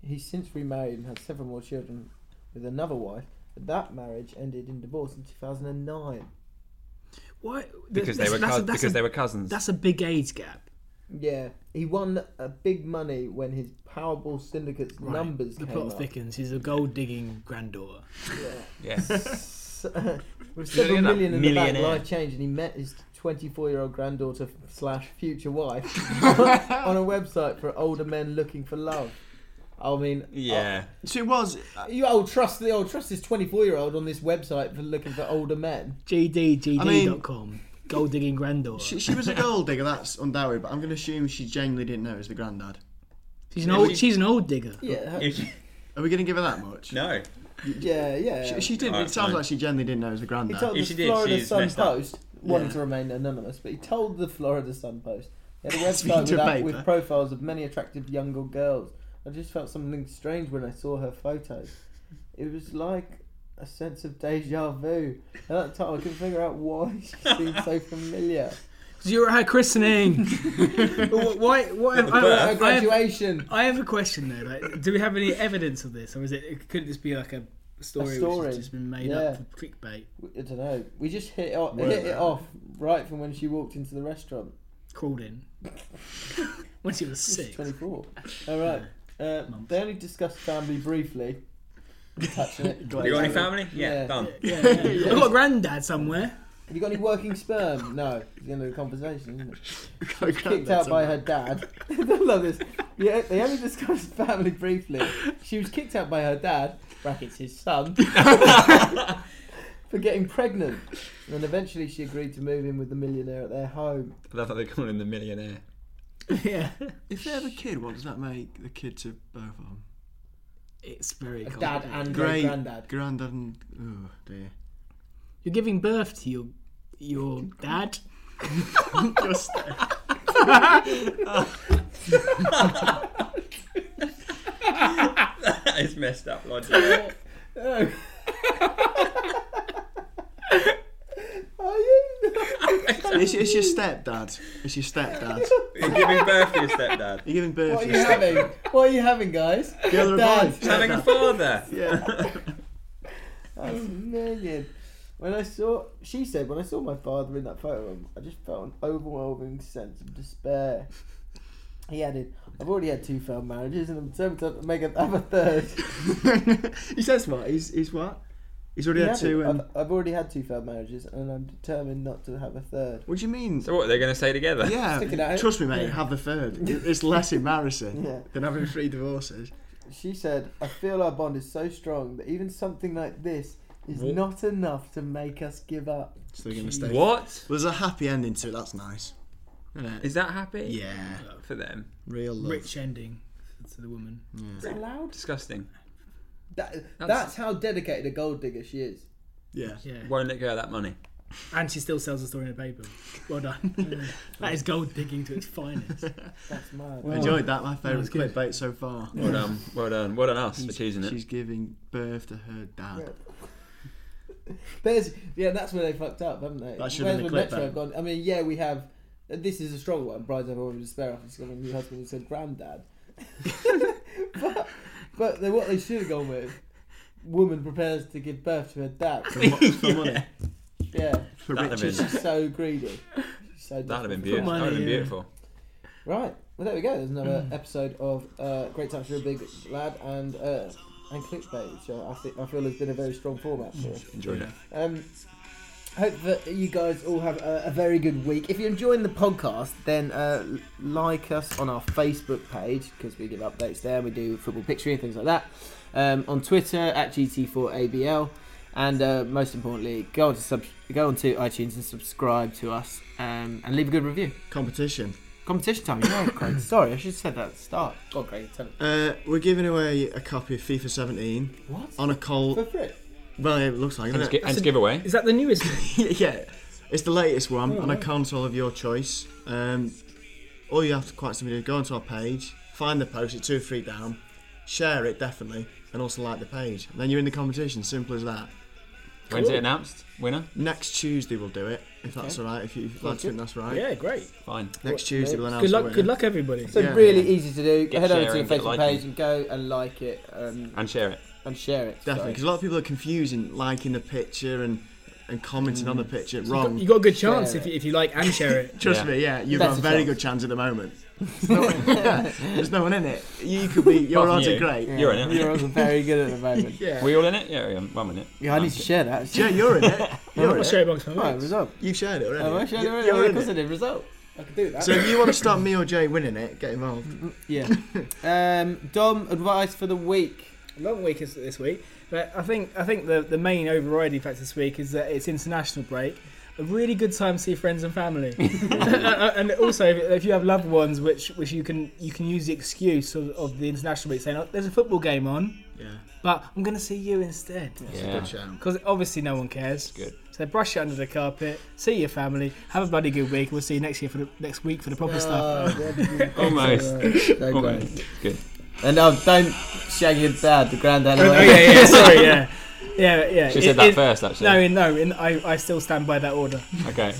S2: He's since remarried and had several more children with another wife, but that marriage ended in divorce in 2009.
S3: Why?
S5: Because they were cous- because they were cousins.
S3: That's a big age gap.
S2: Yeah, he won a big money when his Powerball syndicate's
S3: Right.
S2: numbers
S3: The
S2: came
S3: plot
S2: up.
S3: thickens. He's a gold digging granddaughter. *laughs* Oh.
S2: Yes. With
S3: Did you
S2: several
S3: hear that?
S2: million in the back,
S3: Millionaire.
S2: life changed, and he met his 24-year-old granddaughter slash future wife on a website for older men looking for love. I mean,
S5: Yeah.
S2: so it was you old trust the old trust this 24-year-old on this website for looking for older men.
S3: GDGD.com.
S2: I mean-
S3: gold digging granddaughter.
S7: She, she was a gold digger, that's undoubted, but I'm going to assume she genuinely didn't know it was the granddad.
S3: She's an old. She's an old digger.
S2: Yeah.
S7: Are we going to give her that much?
S5: No.
S2: Yeah, yeah.
S7: She, she did.
S2: Oh,
S7: it
S2: it's
S7: sounds
S2: fine.
S7: like she genuinely didn't know it was the
S2: He
S7: granddad.
S2: told the Florida Sun Post wanting to remain anonymous, but he told the Florida Sun Post he had a
S7: *laughs* Speaking
S2: website
S7: to
S2: with, that-
S7: paper.
S2: with profiles of many attractive younger girls. I just felt something strange when I saw her photos. It was like a sense of deja vu. At that time, I couldn't figure out why she seemed
S7: *laughs*
S2: so familiar.
S3: 'Cause you were at her
S2: *laughs*
S3: christening. But wh- Why? Why?
S2: At
S7: Uh,
S2: her graduation.
S3: I have a question though. Like, do we have any evidence of this, or is it? Could this be like a story,
S2: story,
S3: which has just been made
S2: yeah.
S3: up for clickbait?
S2: I don't know. We just hit it off,
S3: Word.
S2: hit it off right from when she walked into the restaurant.
S3: Crawled in. *laughs* when she was
S2: She's
S3: six.
S2: 24. All right. Uh, they only discussed family briefly. Touching it.
S3: You got any family?
S5: Yeah, done. *laughs*
S3: Yeah, yeah. I've got a granddad somewhere.
S2: *laughs* Have you got any working sperm? No. It's the end of the conversation, isn't it? She was
S3: granddad
S2: kicked out by her dad. *laughs* I love this. Yeah, they only discussed family briefly. She was kicked out by her dad, brackets his son, for getting pregnant. And eventually she agreed to move in with the millionaire at their home.
S5: I love how they call him the *laughs* millionaire.
S3: Yeah.
S7: If they have a kid, what does that make the kid to both of them?
S3: It's very
S2: A dad and a
S7: Great
S2: granddad.
S7: Granddad and oh dear.
S3: You're giving birth to your your dad.
S7: Just.
S5: that is messed up logic.
S2: Oh.
S7: It's, it's your stepdad. It's your stepdad.
S5: You're giving birth to your *laughs* stepdad.
S7: You're giving birth
S2: *laughs* What are
S7: to
S2: you
S7: your step-
S2: having? What are you having, guys?
S7: Girl or
S2: Dad.
S7: boy?
S5: Having a father.
S7: Yeah.
S2: *laughs* That's million. When I saw, she said, when I saw my father in that photo, album, I just felt an overwhelming sense of despair. He added, "I've already had two failed marriages, and I'm determined to make a, have a
S7: *laughs*
S2: third.
S7: he says what? He's, he's what? He's already
S2: He
S7: had
S2: added,
S7: two. And...
S2: I've, I've already had two failed marriages, and I'm determined not to have a third.
S7: What do you mean?
S5: So what? They're going to stay together.
S7: Yeah,
S2: Stick it out.
S7: trust me, mate.
S2: Yeah.
S7: Have the third. It- It's less
S2: *laughs*
S7: embarrassing
S2: Yeah.
S7: than having three divorces.
S2: She said, "I feel our bond is so strong that even something like this is not enough to make us give up."
S7: So they're gonna stay.
S5: What?
S7: There's a happy ending to it. That's nice.
S5: Is that happy?
S7: Yeah.
S5: For them.
S7: Real love.
S3: Rich ending to the woman.
S2: Is that allowed?
S5: Disgusting.
S2: That, that's how dedicated a gold digger she is.
S7: Yeah.
S3: Yeah.
S5: Won't let go of that money.
S3: And she still sells the story in a paper.
S2: *laughs*
S3: Well done. *laughs* that is gold digging to its
S7: *laughs*
S3: finest.
S2: That's mad.
S7: I enjoyed that. My favourite
S3: was good.
S7: clickbait so far.
S5: Well done. Well done. Well done us for
S7: She's-
S5: choosing it.
S7: She's giving birth to her dad.
S2: There's yeah, that's where they fucked up, haven't they?
S7: That should've
S2: Whereas
S7: been
S2: when
S7: the clip,
S2: Metro
S7: that.
S2: have gone. I mean, yeah, we have. This is a strong one. Brides have already despair after discovering a new husband who said granddad. *laughs* but but then what they should have gone with: woman prepares to give birth to her
S7: *laughs*
S2: dad.
S7: For, mo-
S5: *laughs*
S7: for money.
S2: Yeah,
S7: For
S5: That'd have
S7: riches.
S5: been-
S2: she's so greedy. She's so
S5: That'd have been
S2: different.
S5: beautiful. That'd have been
S3: money, yeah.
S5: beautiful.
S2: Right. Well, there we go. There's another episode of uh, Great Touch for a Big Lad and uh, and clickbait, which uh, I, think, I feel has been a very strong format for us.
S5: Enjoyed it.
S2: Um, hope that you guys all have a, a very good week. If you're enjoying the podcast, then uh, l- like us on our Facebook page because we give updates there. We do football picture and things like that. Um, on Twitter at GT4ABL, and uh, most importantly, go on to sub- go on to iTunes and subscribe to us um, and leave a good review.
S7: Competition.
S2: Competition time, yeah, *coughs* Craig. Sorry, I should have said that at the start. Go on, Craig. Tell it.
S7: Uh, we're giving away a copy of FIFA 17
S2: What?
S7: on a
S2: For
S7: cold.
S2: free.
S7: Well, it looks like.
S5: And it's,
S7: Isn't
S5: gi-
S7: it?
S5: and it's giveaway.
S3: Is that the
S5: *laughs*
S3: newest? one?
S7: *laughs*
S3: Oh,
S7: yeah, it's the latest one on a console of your choice. Um, all you have to quite simply do is go onto our page, find the post, it's two or three down, share it definitely, and also like the page. And then you're in the competition, simple as that.
S5: When's it announced? Winner?
S7: Next Tuesday we'll do it, if that's
S5: Okay.
S7: alright, if you if you'd
S5: Sounds
S7: like to think
S5: good.
S7: that's right.
S5: Yeah, great. Fine.
S7: Next Tuesday we'll announce
S5: Good
S7: the
S5: luck-
S7: winner.
S5: good luck, everybody.
S2: So
S7: Yeah.
S2: really easy to do.
S7: Get
S2: Head over to
S7: sharing,
S2: the
S7: get
S2: Facebook
S7: liking.
S2: page and go and like it. Um,
S5: And share it.
S2: And share it.
S7: Definitely,
S2: sorry.
S7: because a lot of people are confusing liking the picture and, and commenting on the picture.
S3: You
S7: Wrong.
S3: got, you got a good chance if you, if you like and share it.
S7: Trust me, yeah, you've got a very good chance at the moment. There's no, yeah, there's no one in it. You could be. Your
S5: Apart from
S7: odds are
S5: you.
S7: great.
S5: You're in it.
S2: Your odds are very good at the moment. *laughs*
S5: *laughs*
S7: Yeah.
S5: We all in it? Yeah, yeah, one minute.
S2: Yeah, I need to share that.
S7: Yeah, you're in it. You're in
S2: I'll
S7: it.
S2: share it amongst my Right, mates. result.
S7: You shared it already.
S2: Oh, I shared it
S7: You-
S2: already.
S7: you're
S2: Oh,
S7: in
S2: of course
S7: it.
S2: I did. Result. I could do that.
S7: So if you want to stop me or Jay winning it, get involved.
S2: Yeah. um, Dom, advice for the week.
S3: Long week is this week, but I think I think the the main overriding fact this week is that it's international break. A really good time to see friends and family, *laughs* and also if, if you have loved ones, which which you can you can use the excuse of, of the international break saying, oh, "There's a football game on,
S7: Yeah.
S3: but I'm going to see you instead."
S7: That's a Yeah. good shout.
S3: Because obviously no one cares. Good. So brush it under the carpet. See your family. Have a bloody good week. We'll see you next year for the next week for the proper stuff.
S2: *laughs* Don't
S5: Almost. Almost.
S2: worry.
S5: Good.
S2: And now don't shag your dad, the granddad.
S3: Oh, yeah, yeah, *laughs* sorry, yeah. Yeah, yeah.
S5: Should've said that first, actually.
S3: No, in- no, in, I, I still stand by that order.
S5: Okay.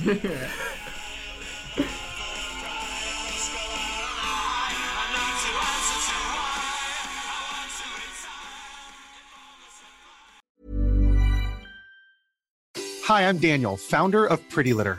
S12: Hi, I'm Daniel, founder of Pretty Litter.